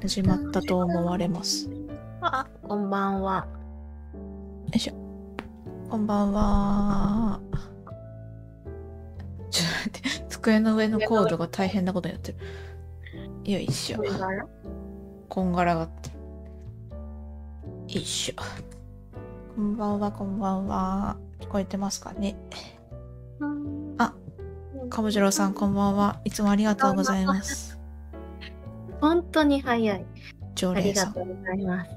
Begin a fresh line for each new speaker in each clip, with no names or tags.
始まったと思われます。よ
あ、こんばんは。
いしょ。こんばんは。ちょっと待って、机の上のコードが大変なことになってる。よいしょ。こんがらがって。よいしょ。こんばんは、こんばんは。聞こえてますかね。あ、かぼじろうさん、こんばんは。いつもありがとうございます。
本当に早い。
常
あり
連
が
さん
と。うございます。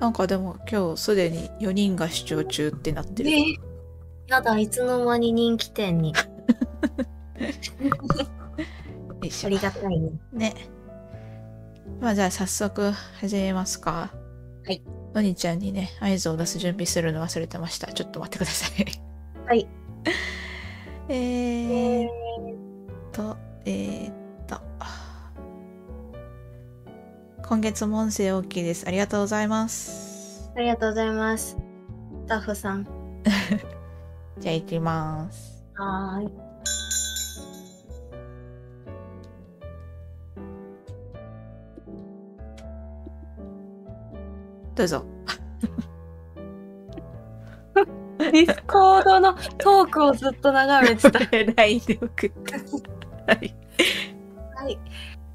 なんかでも今日すでに4人が視聴中ってなってる。
えやだ、いつの間に人気店に。
よいし
あ
ょ
りがたいね。
ね。まあじゃあ早速始めますか。
はい。
のにちゃんにね、合図を出す準備するの忘れてました。ちょっと待ってください。
はい。
えーっと、えーっと。今月も音声 OK です。ありがとうございます。
ありがとうございます。スタッフさん。
じゃあ行きます。
はーい。
どうぞ。
ディスコードのトークをずっと眺め てた。
LINE で送った。はい。
はい。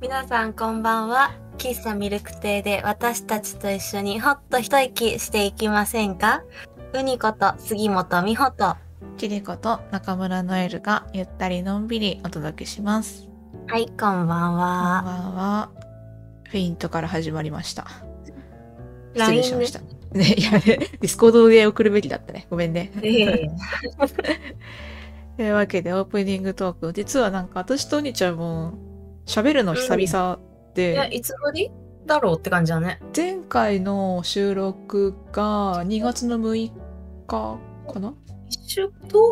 皆さんこんばんは。喫茶ミルク亭で私たちと一緒にほっと一息していきませんかうにこと杉本美穂と。
キリコと中村ノエルがゆったりのんびりお届けします。
はい、こんばん
こんばん
は。
は。フェイントから始まりました。失
LINE
礼しました。ね、いや、ねディスコードで送るべきだったね。ごめんね。
で。
というわけでオープニングトーク。実はなんか私とお兄ちゃんも喋るの久々
いや、
で、
いつぶりだろうって感じだね。
前回の収録が2月の6日かな
一週、10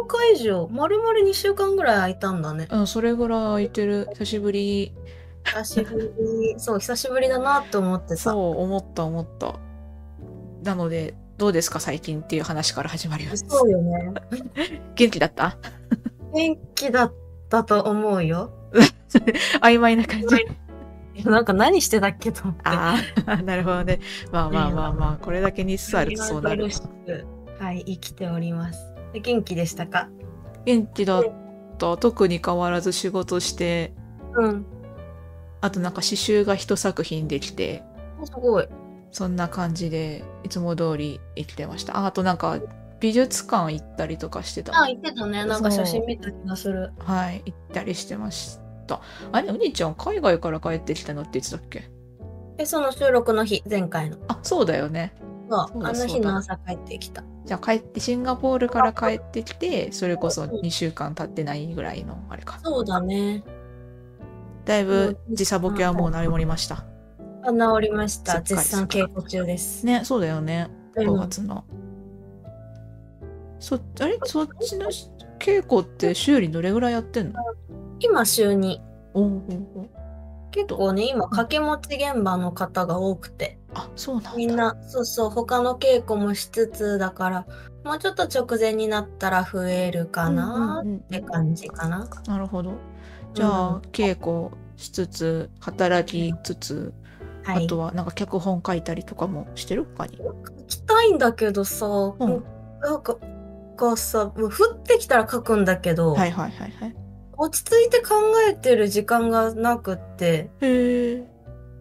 日以上、まるまる2週間ぐらい空いたんだね。
うん、それぐらい空いてる。久しぶり。
久しぶ り、そう、久しぶりだなって思ってさ。
そう、思った思った。なので、どうですか最近っていう話から始まります。
そうよね。
元気だった
元気だったと思うよ。
曖昧な感じ。
いやなんか何してたっけと思って。
ああ、 なるほどね。まあまあまあまあ、これだけ日数あるとそうなる
楽。しくはい、生きております。元気でしたか
元気だった。特に変わらず仕事して、
うん。
あとなんか刺繍が一作品できて、
すごい。
そんな感じで、いつも通り生きてました。ああとなんか、美術館行ったりとかしてた。
あ、言ってたね。なんか
そう
写真見た気がする。
はい、行ったりしてました。あれ、お兄ちゃん、海外から帰ってきたのって言ってたっけ
え、その収録の日、前回の。
あそうだよね
そ
そう
う、
だ
あの
そ
日
うだ
の朝帰ってきた。
じゃあ帰ってシンガポールから帰ってきてそれこそ2週間経ってないぐらいのあれか
そうだね。
だいぶ時差ボケはもう治りました
あ治りまし
そ
た。
っか
絶賛稽古中です。
ねそうだよね
う
5
ん
月の、そあれそっちの稽古って修理どれぐらいやってんの
今週に
おうおうおう
結構ね今掛け持ち現場の方が多くて
あそうなんだ
みんなそうそう他の稽古もしつつだからもうちょっと直前になったら増えるかな
うんうんうん
って感じかな。
なるほどじゃあ、
うん
稽古しつつ働きつつ、
はい、
あと
書
はなんか脚本書いたりとかもしてる他に
きたいんだけどさ、
ん
もうなんかがさもう降ってきたら書くんだけど、
はいはいはいはい
落ち着いて考えてる時間がなくって。
へえ
っ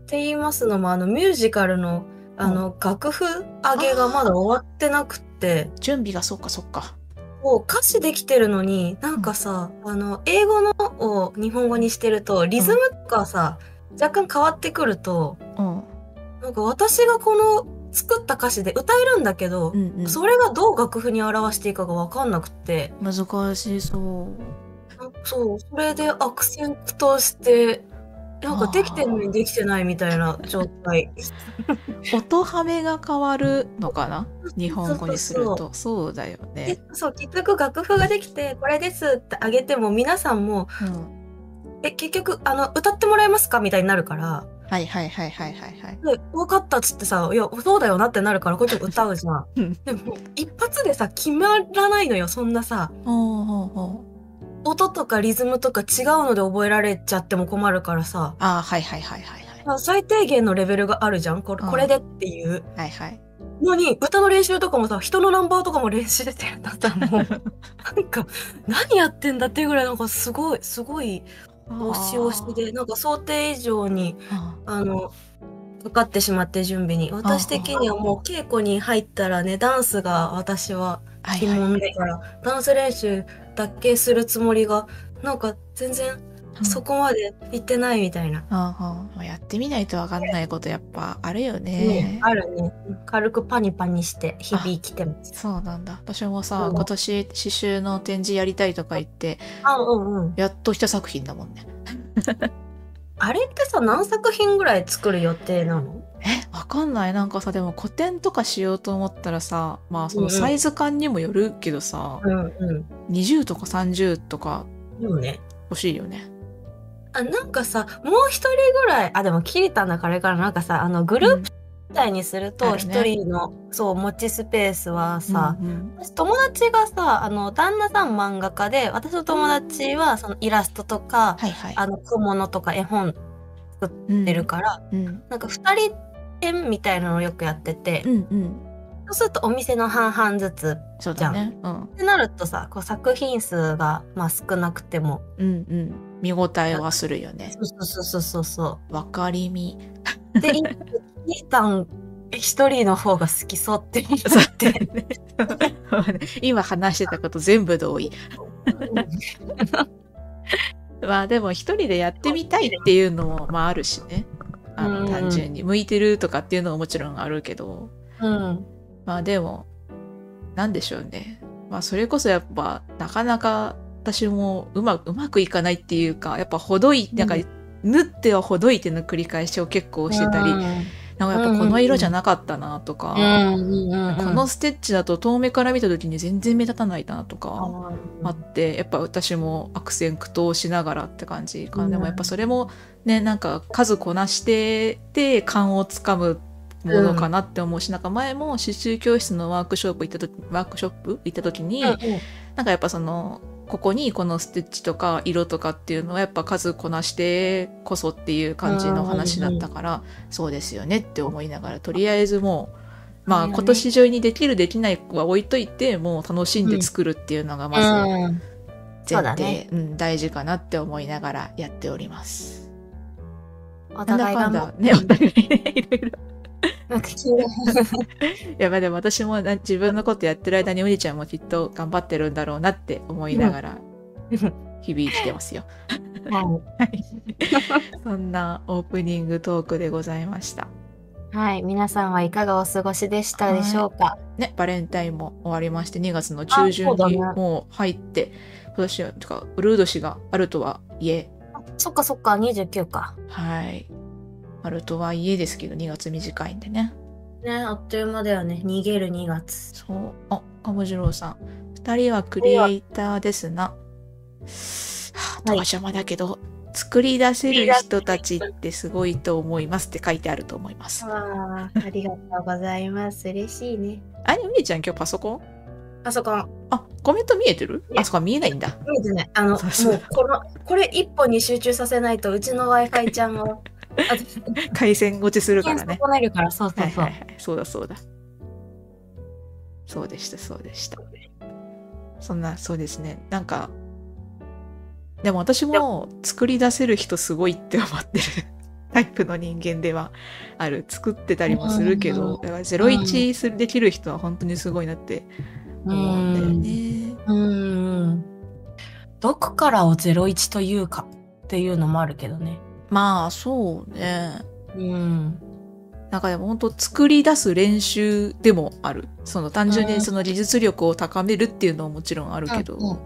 て言いますのもあのミュージカルのあの、楽譜上げがまだ終わってなくって
準備がそっかそっか
もう歌詞できてるのになんかさ、あの英語のを日本語にしてるとリズムとかさ、若干変わってくると
うん
なんか私がこの作った歌詞で歌えるんだけど、
うんうん、
それがどう楽譜に表していいかが分かんなくって
難しそう。
なんかそうそれでアクセントしてなんかできてるのにできてないみたいな状態。
音ハメが変わるのかな日本語にする
そうそう
と。そうだよね
で。そう結局楽譜ができてこれですってあげても皆さんも
うん
え結局あの歌ってもらえますかみたいになるから
はいはいはいはいはいはい。
で分かったっつってさいやそうだよなってなるからこっちも歌うじゃん
うん
でも一発でさ決まらないのよそんなさ
ほうほうほう。
音とかリズムとか違うので覚えられちゃっても困るからさ
ああ、はいはいはいはいはい。
さ最低限のレベルがあるじゃんこれ,、
うん
これでっていう
はいはい。
のに歌の練習とかもさ人のナンバーとかも練習してるんだったらもう なんか何やってんだっていうぐらいなんかすごいすごい押し押しでなんか想定以上に
あ
あのかかってしまって準備に私的にはもう稽古に入ったらねダンスが私は
ー。はい
疑
は
問だから、ダンス練習だけするつもりがなんか全然
い。
そこまで行ってないみたいな、
ああ、やってみないとわかんないことやっぱあるよ
ね
ね。
あるね軽くパニパニして日々生きてます
そうなんだ。私もさ
う、ん
今年刺繍の展示やりたいとか言って、
あうんうん
やっと一作品だもんね。
あれってさ何作品ぐらい作る予定なの
え、わかんない。なんかさ、でも個展とかしようと思ったらさ、まあそ
うんう
の
ん
サイズ感にもよるけどさ、
うんう
20とか30とか
んでもね
欲しいよね。
あなんかさもう一人ぐらいあでもキリタだからあれからなんかさあのグループみたいにする
あ
と
る
一
ね
人の、そう持ちスペースは
うん
さ、
うん
私友達がさあの旦那さん漫画家で私の友達はそのイラストとか、
はいはい。
あの小物とか絵本
うん
出るから、
うん
なんか2人展みたいなのをよくやってて、
うんうん。
そうするとお店の半々ずつ
そうだね。うん
ってなるとさこう作品数が、まあ、少なくても
うんうん。見応えはするよね。
そうそうそうそうそ
わかりみ。
う。でいいたん一人の方が好きそうっ て言って。
今話してたこと全部同意。まあでも一人でやってみたいっていうのもまああるしね。あ
う
の
ん
単純に向いてるとかっていうのももちろんあるけど、
うん、
まあでもなんでしょうね。まあそれこそやっぱなかなか私もうまうまくいかないっていうか、やっぱほどいなんか
う
縫ってはほどいての繰り返しを結構してたり、
うん
なんかやっぱこの色じゃなかったなとか、
うんうんうん、
このステッチだと遠目から見た時に全然目立たないなとか。あ
あ
ってやっぱ私も悪戦苦闘しながらって感じかな、
うん
でもやっぱそれもねなんか数こなしてで勘をつかむものかなって思うし、なんか前も刺繍教室のワークショップ行った時ワークショップ行った時に、なんかやっぱそのここにこのステッチとか色とかっていうのはやっぱ数こなしてこそっていう感じの話だったから、そうですよねって思いながらとりあえずもう。まあ
そうよね
今年中にできるできないは置いといてもう楽しんで作るっていうのがまず
うん
前
そうだ
提、
ね
うん、大事かなって思いながらやっております。な
お
んだ
互い
か
が
んだね、お互いね、いろいろ。
なんか気が
いや、まあでも私もな自分のことやってる間にお兄ちゃんもきっと頑張ってるんだろうなって思いながら、日々生きてますよ。
は
はい。そんなオープニングトークでございました。
い、はい、皆さんはいかがお過ごしでしたでしょうか。
ね、バレンタインも終わりまして、2月の中
あそ
旬
うだ
に
ね
もう入って、今年は、とか、ウルード氏があるとはいえ、
そっかそっか、二十九か。
はい。あるとはいえですけど、2月短いんでね。
ね、あっという間だよね。逃げる二月。
そう。あ、かもじろうさん。二人はクリエイターですな。はあ、とは邪魔だけど、作り出せる人たちってすごいと思いますって書いてあると思います。あ、
ああ、ありがとうございます。嬉しいね。
お姉ちゃん今日パソコン
パソコン
あ、コメント見えてる
いや
あ、そこ見えないんだ。
見えてない。あの、
そうそう
もうこの、これ一本に集中させないと、うちの Wi-Fi ちゃんが、あ
回線落ちするから
検
ね。
索なるから、そうそ
は
う
い
そう。
はいはい。 そうだそうだ。そうでした、そうでした。そんな、そうですね。なんか、でも私
で
も作り出せる人すごいって思ってる タイプの人間ではある。作ってたりもするけど、
う
だから01するできる人は本当にすごいなって思うんだよね。
うーん。どこからを01というかっていうのもあるけどね。
まあ、そうね。
うん。
なんかでも本当作り出す練習でもある。その単純
う
に
ん
その技術力を高めるっていうのはもちろんあるけど、
うんうん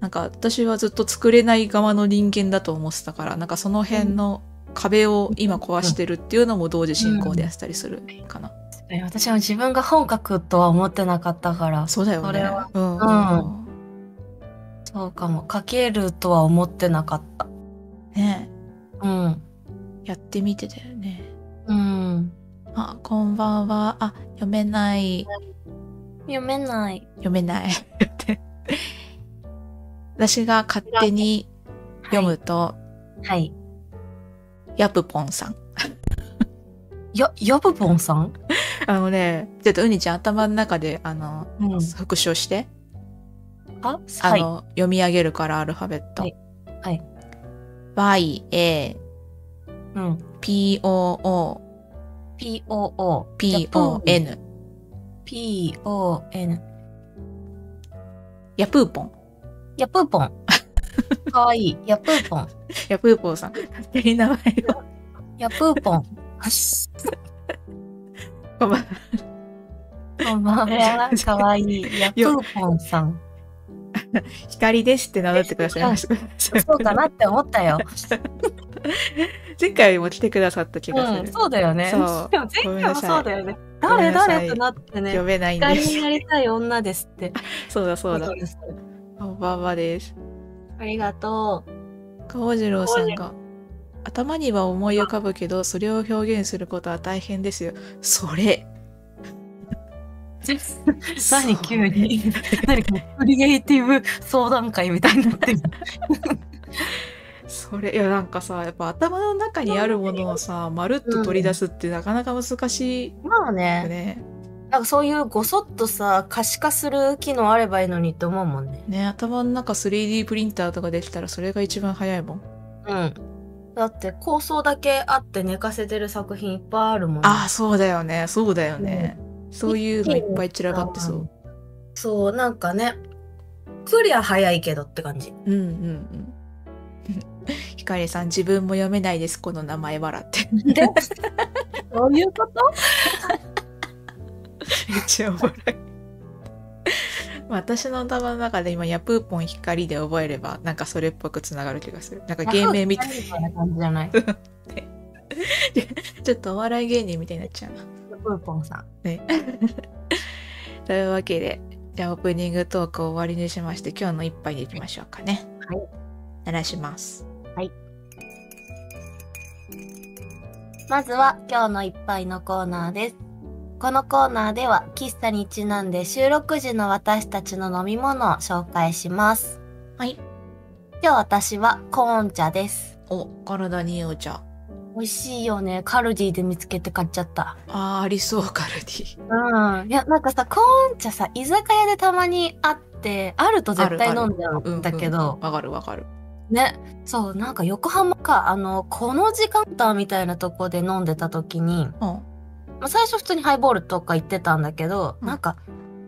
なんか私はずっと作れない側の人間だと思ってたから、なんかその辺の壁を今壊してるっていうのも同時進行でやってたりするかな。
私は自分が本格とは思ってなかったから、
そうだよ
そ
ね
れは。
うん
うんそうかも。書けるとは思ってなかった。
ね
うん。
やってみてだよね。
うん。
あ、こんばんは。あ、読めない。
読めない。
読めない。って私が勝手に読むと、
はい。
ヤプポンさん。
や、ヤブポンさん
あのね、ちょっとうにちゃん頭の中で、あの、
うん。
復唱して、
あ、
あ
はい。
の、読み上げるからアルファベット。
はいはい。
Y, A,
うん。
P, O, O,
P-O-O。
P, O, N。
P-O-N。
ヤプーポン。
ヤプーポ ン。かわいい。ヤプーポン。
ヤプーポンさん。勝手に名前を。
ヤプー ポン。
ごめん
こん ばんは。かわいい。ヤプーポンさん。
光ですって名乗ってくださいました。
そうかなって思ったよ。
前回も来てくださった気が
う
す
ん、
る。
そうだよね。
そう
でも前
ごめん
回
な
も
さい
そうだよね。
ごめ
誰
んなさい
誰ってなって
読
ね。
めないんで
光に
す。
なりたい女ですって。
そうだそうだ。
です
こんばんはです。
ありがと う。
川次郎さんが。頭には思い浮かぶけど、それを表現することは大変ですよ。それ。
何急に。何かクリエイティブ相談会みたいになってる。
それいやなんかさやっぱ頭の中にあるものをさまるっと取り出すってなかなか難しいよ
まあね、
ね。
なんかそういうごそっとさ、可視化する機能あればいいのにって思うもんね。
ね頭の中 3D プリンターとかできたらそれが一番早いもん。
うん。だって構想だけあって寝かせてる作品いっぱいあるもんね、
ああそうだよねそうだよね。そういうのいっぱい散らかってそう。
そう、なんかね、クリア早いけどって感じ。
うんうんうん。 ひかりさん自分も読めないですこの名前笑って。
で、そういうこと
めっちゃおもろい。まあ私の頭の中で今ヤプーポン光で覚えればなんかそれっぽくつながる気がする。なんか芸名みたい
いな感じじゃない。
ちょっとお笑い芸人みたいになっちゃうな。
プーポンさん。
というわけで、じゃあオープニングトークを終わりにしまして、今日の一杯でいきましょうかね。
はい。
鳴らします。
まずは今日の一杯のコーナーです。このコーナーでは喫茶にちなんで収録時の私たちの飲み物を紹介します。
はい。
今日私はコーン茶です。
お、体にいいお茶。
美味しいよね。カルディで見つけて買っちゃった。
あー、ありそう、カルディ。
うん。いや、なんかさ、コーン茶さ、居酒屋でたまにあって、あると絶対
あるあ
飲
る
んじゃう
うん
だけど、
うんわかるわかる。
ね、そう、なんか横浜か、あの、この時間帯みたいなとこで飲んでた時に、
うん。
まあ、最初普通にハイボールとか行ってたんだけど、
うん
なんか、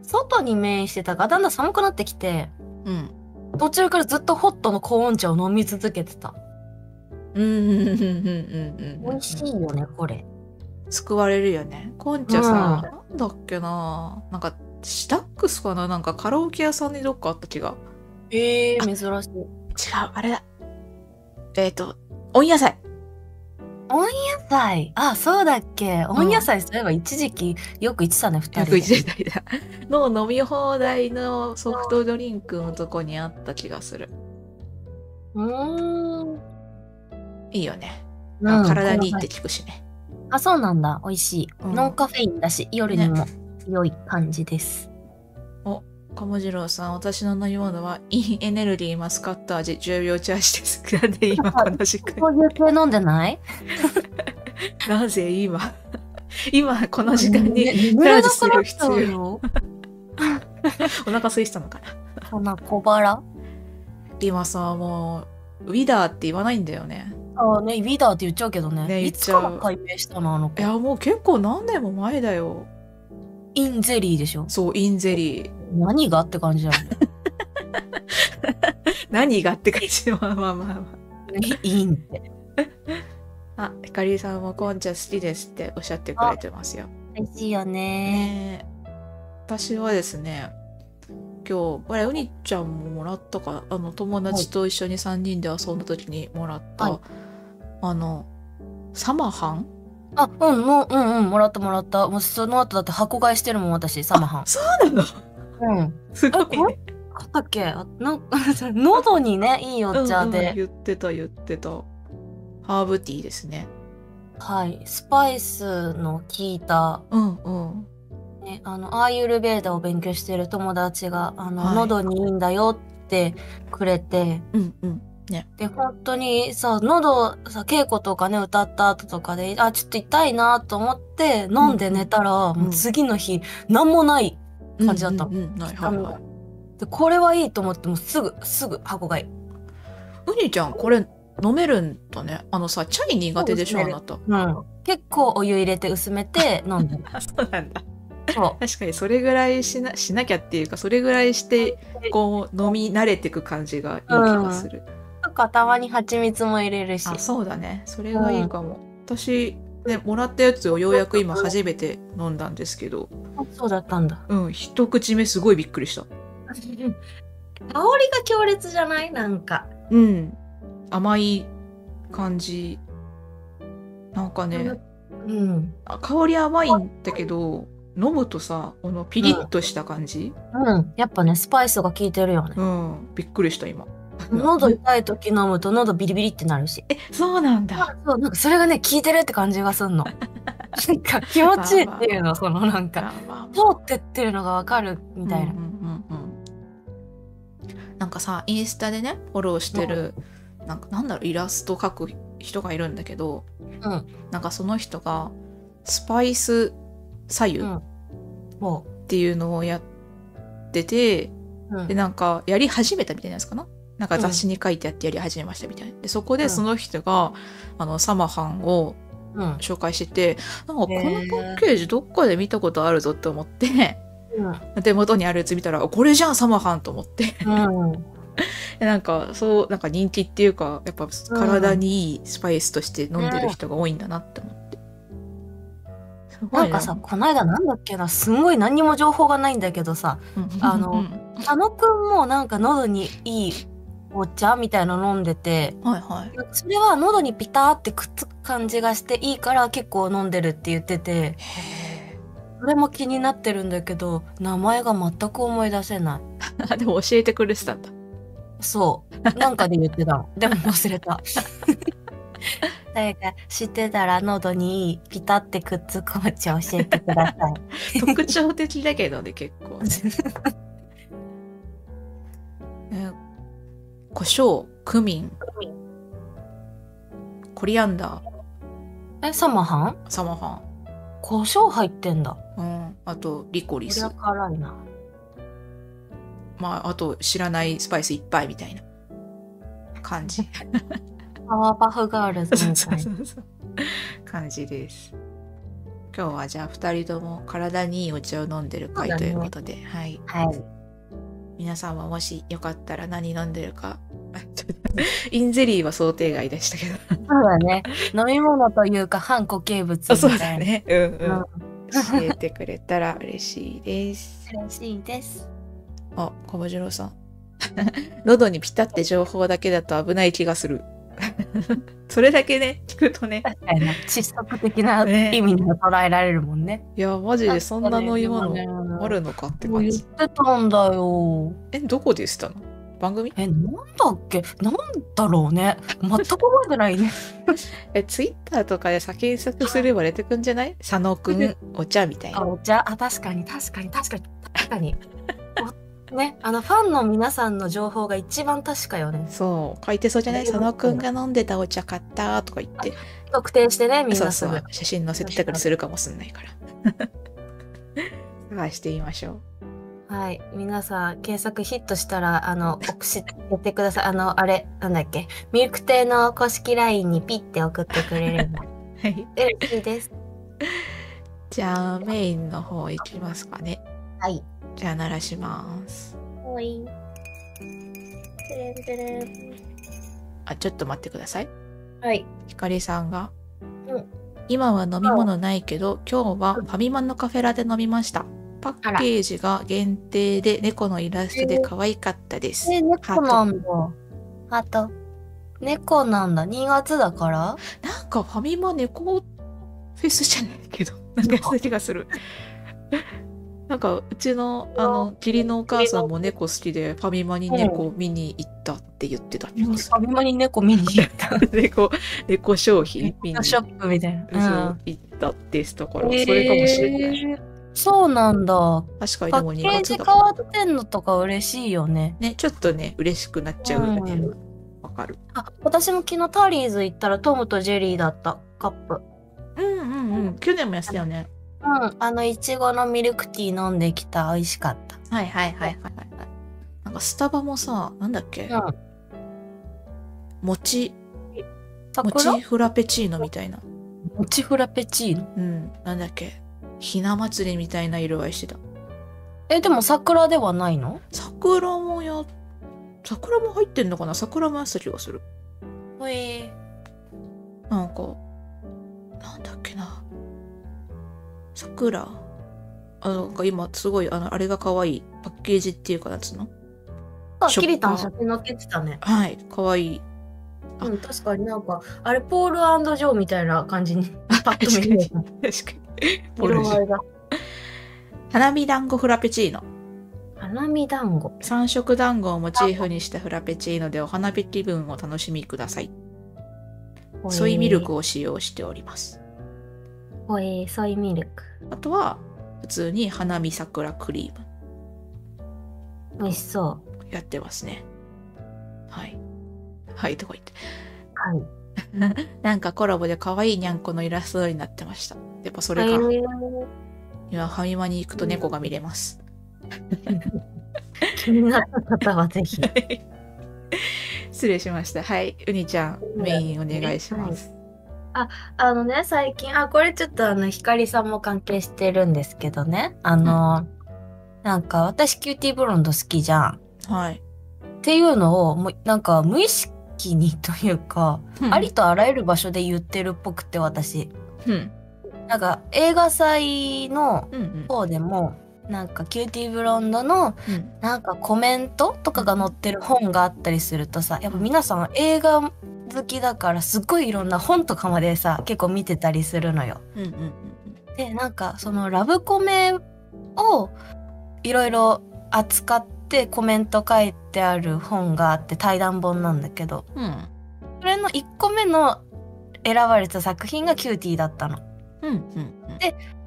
外に面してたからだんだん寒くなってきて、
うん。
途中からずっとホットのコーン茶を飲み続けてた。
うんうんうんうんうんうん。
美味しいよね、これ。
救われるよね。コンチャさ、なんだっけななんか、シダックスかななんかカラオケ屋さんにどっかあった気が。
ええ珍しい。
違う、あれだ。えっ、と、温野菜。
野菜、あ、そうだっけ。温野菜、そういえば一時期よく行ってたね、二人で。
101世代だ。の飲み放題のソフトドリンクのとこにあった気がする。
うーん。
いいよね。
うん
体にいいって聞くしね。
あ、そうなんだ。美味しい。
うん
ノンカフェインだし、夜にも良い感じです。
鴨次郎さん、私の飲み物はインエネルギーマスカット味10秒チャージです。なんで今この時間
こういう系飲んでない
なぜ今 今この時間に
チ
ャージする必要
要。
お腹空いてたのかな。
そんな小腹
今さ、もう、ウィダーって言わないんだよね。
ああね、ウィダーって言っちゃうけどね。
ね言っ
い
ち
つ
ゃう
から解明したのあの
い
子。
や、もう結構何年も前だよ。
インゼリーでしょ
そう、インゼリー。
何がって感じだよね。
何がって感じ。まあまあまあまあ。
インって。
あ、ひかりさんもコンチャ好きですっておっしゃってくれてますよ。
美味しいよね。
ねえ私はですね、今日、これ、うにちゃんももらったか、あの、友達と一緒に3人で遊んだ時にもらった、
はい
あの、サマハン
あ、うん、もう、うん、うん、もらったもらった。もうその後だって箱買いしてるもん、私、サマハン。
そうなの
うん。
すごい、
あこ
ね。
買ったっけあなん か、喉にね、いいお茶
うんうん
で。
言ってた、言ってた。ハーブティーですね。
はい。スパイスの効いた
うんうん。
ね、あのアーユルベーダを勉強してる友達があの、
はい
喉にいいんだよってくれて
うんうん。ね
で本当にさ喉さ稽古とかね歌った後とかであちょっと痛いなと思って飲んで寝たら、もう次の日何もない感じだった
うんうんうんはいはいはい
でこれはいいと思ってもうすぐすぐ箱買い。
ウニちゃんこれ飲めるんだねあのさチャイ苦手でしょ
そ
あ
うです
なた
うん、結構お湯入れて薄めて飲んで る
そうなんだ
そ
確かにそれぐらいしなしなきゃっていうかそれぐらいしてこう飲み慣れてく感じがいい気がする、
うとかたまに蜂蜜も入れるし
あそうだねそれがいいかも、私ねもらったやつをようやく今初めて飲んだんですけど
そうだったんだ
うん一口目すごいびっくりした
香りが強烈じゃないなんか
うん甘い感じなんかね
うん
あ香り甘いんだけど飲むとさこのピリッとした感じ
うんやっぱねスパイスが効いてるよね
うん、びっくりした今
喉痛い時飲むと喉ビリビリってなるし
そうなんだ
そうなんかそれがね効いてるって感じがすん のなんか気持ちいいっていうのそのなんか
あまあまあ
通ってってるのがわかるみたいな、
うんうんうんうんなんかさインスタでねフォローしてる、なんかなんだろうイラスト描く人がいるんだけど、
うん
なんかその人がスパイス左右っ
うんも
ていうのをやってて、
う、うん
でなんかやり始めたみたいなやつかななんか雑誌に書いてあってやり始めましたみたいなでそこ
う
で
ん
その人が、あのサマハンを
うん
紹介しててなんかこのパ
へー
ッケージどっかで見たことあるぞって思って。
うん
手元にあるやつ見たらあこれじゃんサマハンと思って
うん
なんかそうなんか人気っていうかやっぱ体にいいスパイスとして飲んでる人が多いんだなって思って、すご
ないんかさ、この間なんだっけな、すんごい何にも情報がないんだけどさ、
うん
あの
うん
佐野くんもなんか喉にいいお茶みたいの飲んでて、
はいはい
なんかそれは喉にピターってくっつく感じがしていいから結構飲んでるって言ってて、
へ
それも気になってるんだけど、名前が全く思い出せない。
え でも教えてくれてたんだ
そう。なんかで言ってた の。でも忘れた。誰か知ってたら喉にいいピタってくっつくお茶教えてく ださい。
特徴的だけどね結構ねえ胡椒クミンコリアンダー
え、サマハン
サマハ
胡椒入ってんだ。
ン、うん、あとリコリ
こ
ス
れは辛いな。
まあ、あと知らないスパイスいっぱいみたいな感 じ。
パワーパフガールズみたいな。
うそう。感じです。今日はじゃあ2人とも体にいいお茶を飲んでる会
そうだ
とい
ね
うことで、はい。
はい。
皆さんはもしよかったら何飲んでるか。 あちょっとインゼリーは想定外でしたけど。
そうだね。飲み物というか、反固形物
あ
み
そ
たいな。
うだ。ね。うんうん。
うん
教えてくれたら嬉しいです。
嬉しいです。
あ、かぼじろうさん。 喉にピタって情報だけだと危ない気がす る。それだけね、聞くとね。
みたいな窒息的な
ね
意味にも捉えられるもんね。
いや、マジでそんな飲み物あ
あ
るのかって
もう
感
言
じ。
ってたんだよ。
え、どこでしたの番組
え、なんだっけなんだろうね。全く覚えて ないね。
え、ツイッターとかでさ検索すれば出てくんじゃない佐野くん、お茶みたい
あ、
な。
お茶。あ、確かに、確かに、確かに、確かに。おね、あの、ファンの皆さんの情報が一番確かよね。
そう、書いてそうじゃない佐野くんが飲んでたお茶買ったとか言って、
特定してね、みん
そう
なす
そ
ぐ
う。、写真載せてたりするかもしんないから。 探してみましょ
はい、皆さん検索ヒットしたらあの送しやってください。あのあれなんだっけ、ミルク亭の公式ラインにピッて送ってくれ れば
う。はい。
嬉しいです。
じゃあ、メインの方いきますかね。
はい。
じゃあ、鳴らします。
おい。てれんてれん。
あ、ちょっと待ってください。
はい。
ひかりさんが、
うん
今は飲み物ないけど今日はファミマのカフェラテ飲みましたパ
あ
ッ
ら
ケージが限定で猫のイラストで可愛かったです、
え
ハート
猫なんだ。ハート。猫なんだ。2月だから。
なんかファミマ猫フェスじゃない けどなんかそういう気がする なんかうちのあの義理のお母さんも猫好きでファミマに猫を見に行ったって言ってた気がする
ァミマに猫見に行った。
猫 猫商品見に
ショ
行
ップみたいな。
ったですだか
う
ら
ん。
それかもしれない、
えーそうなんだ。
確かに
パ
でも
ッ
2
ケージ
月
変
だから
わってんのとか嬉しいよね。
ね、ちょっとね、嬉しくなっちゃうよね。
う
わ、かる。
あ私も昨日ターリーズ行ったらトムとジェリーだったカップ
うんうんうん。去年もやってたよね。
うんあのいちごのミルクティー飲んできた美味しかった
はいはいはいはいはい。なんかスタバもさ、なんだっけ、
うん
餅、
桜
餅フラペチーノみたいな。
もちフラペチーノ
うん。なんだっけひな祭りみたいな色合いしてた。
えでも桜ではないの
桜もや、桜も入ってんのかな桜もやった気がする。
ほい
なんか、なんだっけな。桜あの、なんか今すごい、あの、あれが可愛い。パッケージっていうか、なんつうの
あ
しょっぱ
キリタン写真載っけてたね
はい、可愛い。あ
うん確かになんかあれポールジョーみたいな感じにパッと見えた
確か に。
色合いが
花見団子フラペチーノ。
花見団子
三色団子をモチーフにしたフラペチーノでお花見気分を楽しみください。
ほ
ソイミルクを使用しております。
ほいソイミルク
あとは、普通に花見桜クリーム
美味しそう
やってますね。はい。はい、とか言って。
はい
なんかコラボで可愛いにゃんこのイラストになってました。やっぱそれから、
はい
今ファミマに行くと猫が見れます。
気になった方はぜひ
失礼しました。はい、うにちゃん、メインお願いします。
あのね最近あこれちょっとあのひかりさんも関係してるんですけどねあの、なんか私キューティーブロンド好きじゃん
はい。
っていうのをもうなんか無意識にというか、ありとあらゆる場所で言ってるっぽくて私
うん。
なんか映画祭の
うんうん。
方でもなんかキューティーブロンドの
うん。
なんかコメントとかが載ってる本があったりするとさやっぱ皆さん映画好きだからすっごいいろんな本とかまでさ結構見てたりするのよ。
うん。うん。
でなんかそのラブコメをいろいろ扱ってコメント書いてある本があって対談本なんだけど
うん。
それの1個目の選ばれた作品が「キューティー」だったの。
うん。うん。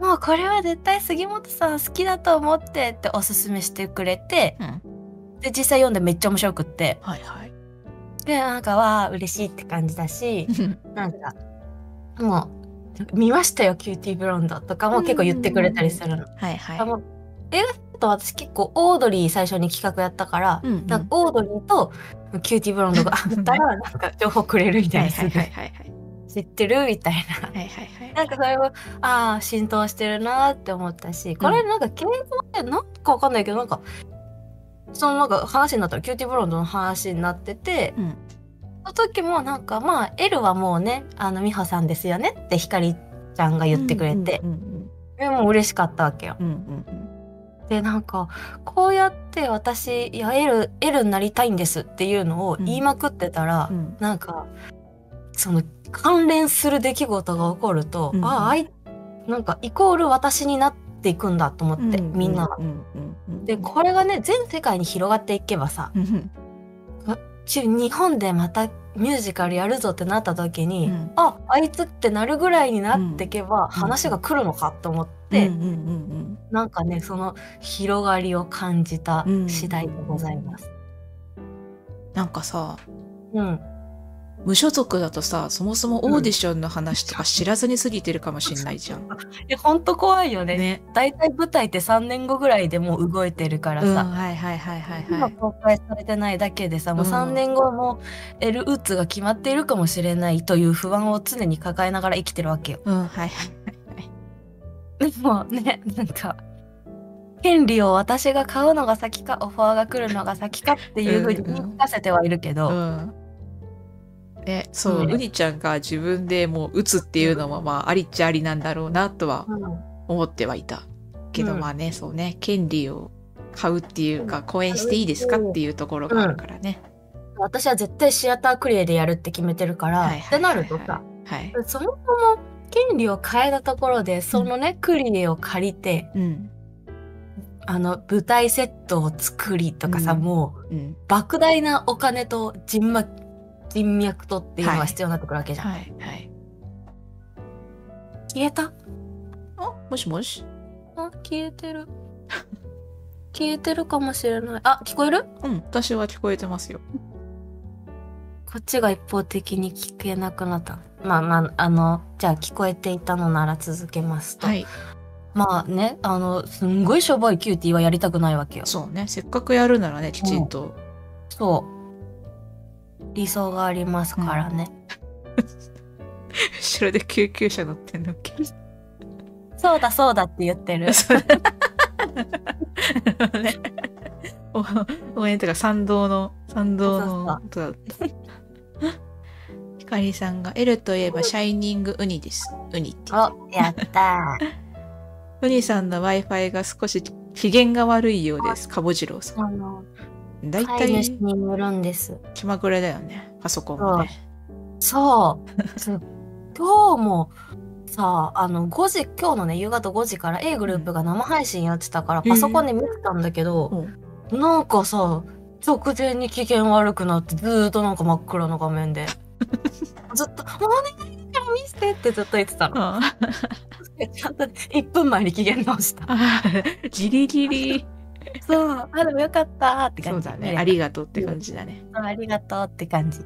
もうこれは絶対杉本さん好きだと思ってっておすすめしてくれて
うん。
で実際読んでめっちゃ面白くって
はいはい。
でなんかわあ嬉しいって感じだしなんかもう「見ましたよキューティーブロンド」とかも結構言ってくれたりするの。
はいは
あ
い。
もう映画だと私結構オードリー最初に企画やったから、
うんうん
なんかオードリーとキューティーブロンドがあったらなんか情報くれるみたいな、
はいはいはいはい。
知ってるみたいな。
はいはいはい。
なんかそれをああ浸透してるなーって思ったしこれなんか傾向ってなんかわかんないけどなんかそのなんか話になったらキューティーブロンドの話になってて
うん。
その時もなんかまあ L はもうねあの美穂さんですよねってひかりちゃんが言ってくれて、
うんうん
でもう嬉しかったわけよ。
うんうんうん
でなんかこうやって私いや L, L になりたいんですっていうのを言いまくってたら、
うんうん
なんかその関連する出来事が起こると、
うん
ああいなんかイコール私になっていくんだと思
うん
って、みんな。
うんうんうん
でこれがね全世界に広がっていけばさ
うんうん
ち日本でまたミュージカルやるぞってなった時に、
うん
ああいつってなるぐらいになっていけば、話が来るのかと思って、
うんうん
なんかねその広がりを感じた次第でございます。
うんなんかさ
うん、
無所属だとさそもそもオーディションの話とか知らずに過ぎてるかもしんないじゃん。
えほんと怖いよね
ね。
だいたい舞台って3年後ぐらいでもう動いてるから
うん
さ、
はいはいはいはいは
今
い。
公開されてないだけでさもう
うん
3年後も L ウッズが決まっているかもしれないという不安を常に抱えながら生きてるわけよ。
うんはいはい。
でもねなんか権利を私が買うのが先かオファーが来るのが先かっていうふうに
うんうん
言い聞かせてはいるけど、
うん。ねそう、う
うん
にちゃんが自分でもう打つっていうのはまあありっちゃありなんだろうなとは
うん
思ってはいたけど、
うん
まあねそうね権利を買うっていうか講演していいですかっていうところがあるからね、
私は絶対シアタークリエでやるって決めてるから、
はいはいはいはい
ってなるとさ
はい、
そもそも権利を変えたところでそのね、クリエを借りて
うん
あの舞台セットを作りとかさ、
うん
もう
うん
莫大なお金と人脈人脈とっていうの
は
が
い
必要になってくるわけじゃん。
はいはい
消えた
あもしもし
あ消えてる。消えてるかもしれない。あ聞こえる
うん私は聞こえてますよ
こっちが一方的に聞けなくなった。まあまあ、あの、じゃあ聞こえていたのなら続けますと。
はい
まあね、あの、すんごいしょぼいキューティーはやりたくないわけよ。
そうねせっかくやるならねきちんと、
そう。理想がありますからね。
後ろで救急車乗ってんのっけ
そうだそうだって言って る。
そうねお応援とか賛同の賛同の音だったひかりさんが「L といえばシャイニングウニです」ウニって
お、や ったー。
ウニさんの Wi-Fi が少し機嫌が悪いようですかぼじろうさ
あの、
ん大
飼い主
体
によるんです。
気まぐれだよねパソコンもね
そう。そう 今日もさあ、あの、5時、今日のね、夕方5時から A グループが生配信やってたから、
うん
パソコンで見てたんだけど、なんかさ、直前に機嫌悪くなって、ずーっとなんか真っ暗の画 面で。ずっと、もうお願いだから見せてってずっと言ってたの。
あ
ちゃんと1分前に機嫌直した。
あ ギリギリ
そう、あ、でもよかったーって感 じ。
そうだねありがとうって感じだね
ありがとうって感じ。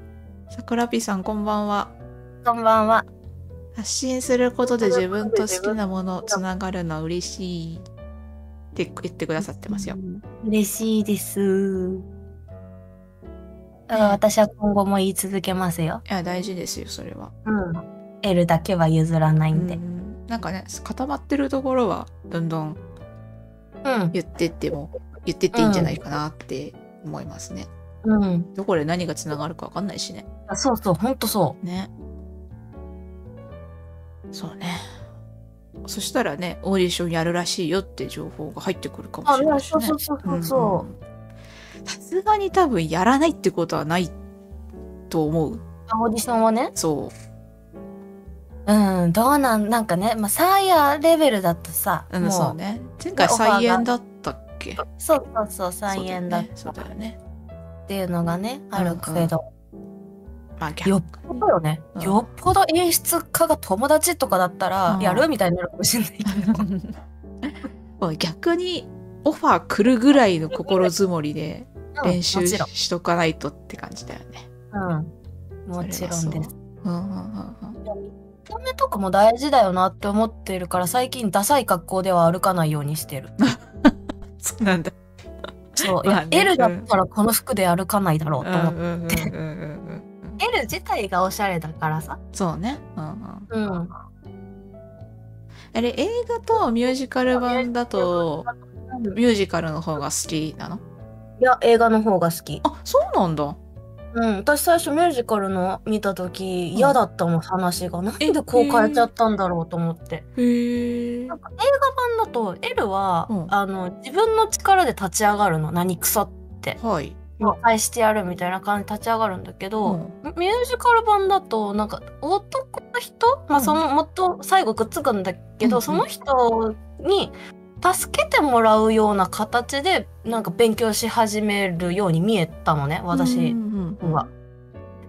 さくらぴーさんこんばんは
こんばんは。
発信することで自分と好きなものつながるの嬉しいって言ってくださってますよ。
嬉しいです。あ私は今後も言い続けますよ。
いや大事ですよそれは。
うん。L だけは譲らないんで。
うんなんかね固まってるところはどんどん
うん。
言ってっても言ってっていいんじゃないかなって思いますね。
うん。
どこで何がつながるかわかんないしね。
あそうそう、ほんとそ
ね。そうね。そしたらねオーディションやるらしいよって情報が入ってくるか
う。
もしれないしね。
そう
うんさすがに多分やらないってことはないと思う。
オーディションはね。
そ
うん、どうなん、なんかね、まあ、サーヤレベルだとさ、
う。う
も
ん、
う
そうね。前回
オファーが
再演だったっけ
そうそうそう、再演だっ
そうだよね。
ていうのがね、あるけど、
まあ逆
よっぽどよね、
うん
よっぽど演出家が友達とかだったら、
うん
やるみたいになるかもしれないけど。
に逆 にオファー来るぐらいの心づもりで
うん
練習
も
し
ちろん。
しとかないとって感じだよね。
うん。もちろん
それ
で
は
す
そ。う。うんうんうんうん
見た目とかも大事だよなって思ってるから、最近ダサい格好では歩かないようにしてる。
そうなんだ。
そう。い
まあ
や、
ね
L だったらこの服で歩かないだろう
うん
と
う
思っ
ん
て。
うんうんうん うん。
L 自体がおしゃれだからさ。
そうね。うんうん。
うん。
あれ映画とミュージカル版だとミュージカルの方が好きなの？
いや、映画の方が好き。
あ、そうなんだ。
うん。私最初ミュージカルの見た時、嫌だったもん、話が。なんでこう変えちゃったんだろうと思って。
へえ
なん。か映画版だと L は、
うん
あの自分の力で立ち上がるの何クソ
はい。
返してやるみたいな感じで立ち上がるんだけど、
うん
ミュージカル版だとなんか男の人、
う
まあ、
ん
そのもっと最後くっつくんだ
う
けど、
んうん
その人に助けてもらうような形でなんか勉強し始めるように見えたのね私
うんうんうん
は。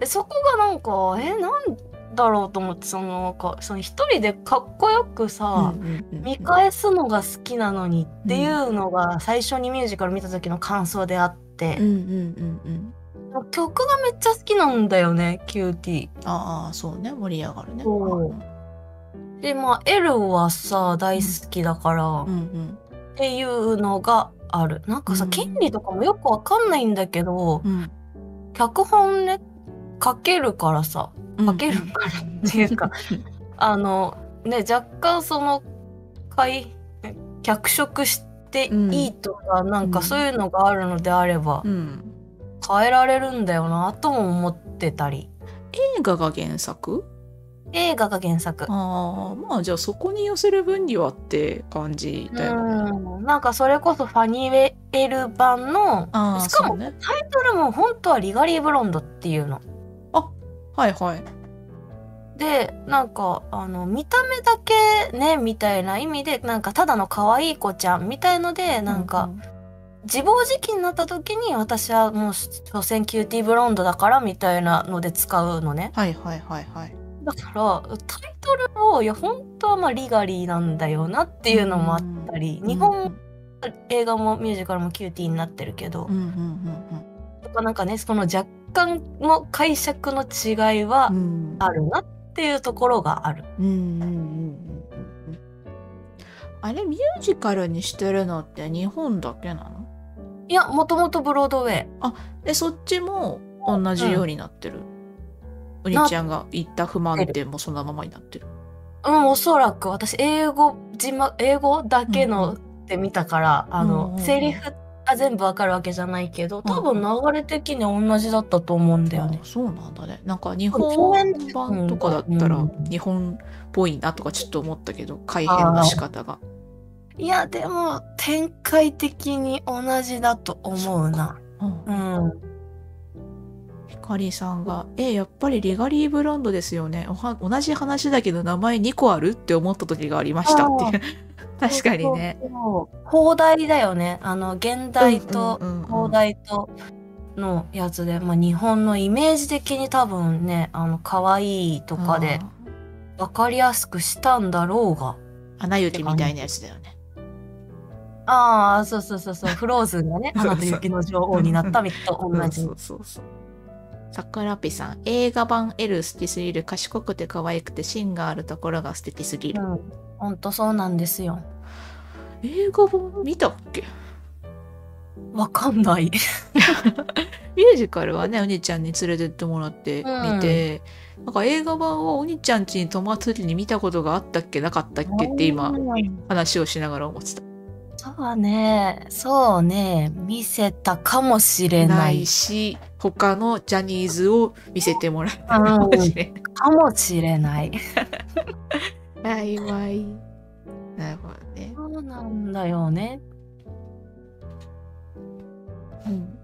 でそこがなんかえなんだろうと思ってそのなんかその一人でかっこよくさ、
うんうんうん
見返すのが好きなのにっていうのが最初にミュージカル見た時の感想であって
うん、うんうんうん。
曲がめっちゃ好きなんだよねキューティ
ああそうね盛り上がるね。
そう
うん
ー。でまあ L はさ大好きだから、
うんうん
っていうのがあるなんかさ、
うん
権利とかもよくわかんないんだけど
うん
脚本ね書けるからさ
うん。
書けるからっていう かあのね若干その解脚色していいとか、なんかそういうのがあるのであれば、
うん。
変えられるんだよなとも思ってたり
映画が原作？
映画が原作
ああまあじゃあそこに寄せる分にはって感じ
う
だよね。
んなんかそれこそファニーエル版の
ああ
し
そ
かも
うね。
タイトルも本当はリガリーブロンドっていうの
はいはい。
でなんかあの見た目だけねみたいな意味でなんかただの可愛い子ちゃんみたいのでなんか、自暴自棄になった時に私はもう所詮キューティーブロンドだからみたいなので使うのね
はいはいはいはい。
だからタイトルをいや本当はまあリガリーなんだよなっていうのもあったり、日本映画もミュージカルもキューティーになってるけど、
うんうんうんうん
とかなんかねその若感の解釈の違いは
うん
あるなっていうところがある。
うんうんうんうんうんあれミュージカルにしてるのって日本だけなの
いや、もともとブロードウェイ。
でそっちも同じようになってる、お兄ちゃんが言った不満点もそのままになってる
うん、おそらく私、英語、字幕、英語だけ
うん
のって見たから、あ
うんうん
の
う、ん
セリフが全部わかるわけじゃないけど、多
う
分
ん
流れ的に同じだったと思うんだよね
あ。そうなんだねなんか日
公
本
演
版とかだったら
うん
日本っぽいなとかちょっと思ったけど改変の仕方が
いや、でも、展開的に同じだと思うな。
うん
うん。
ひかりさんが「えやっぱりリガリーブランドですよねおは同じ話だけど名前2個ある?」って思った時がありましたっていう 確かにね
そうそうそう。放題だよね。あの、現代と
うんうんうん
放題とのやつで、まあ、日本のイメージ的に多分ね、あの、可愛いとかで
あー
わかりやすくしたんだろうが。
「アナ雪」みたいなやつだよね
ああ、そうそうそう そう、フローズンがね、
そうそう
花と雪の女王になったみたいと同じ
う。んそうそうそうさくらぴさん映画版「L 好きすぎる賢くて可愛くて芯があるところが素敵すぎ
う
る
ん、ほんとそうなんですよ。」
映画版見たっけ
わかんな
ミ
い。
ュージカルはねお兄ちゃんに連れてってもらって見て、なんか映画版はお兄ちゃん家に泊まった時に見たことがあったっけなかったっけって今話をしながら思ってた。
そうね、そうね、見せたかもしれな
ないい。し他のジャニーズを見せてもらったか もしれない。
かもしれない。
はいはい。なるほどね。
そうなんだよね。
うん、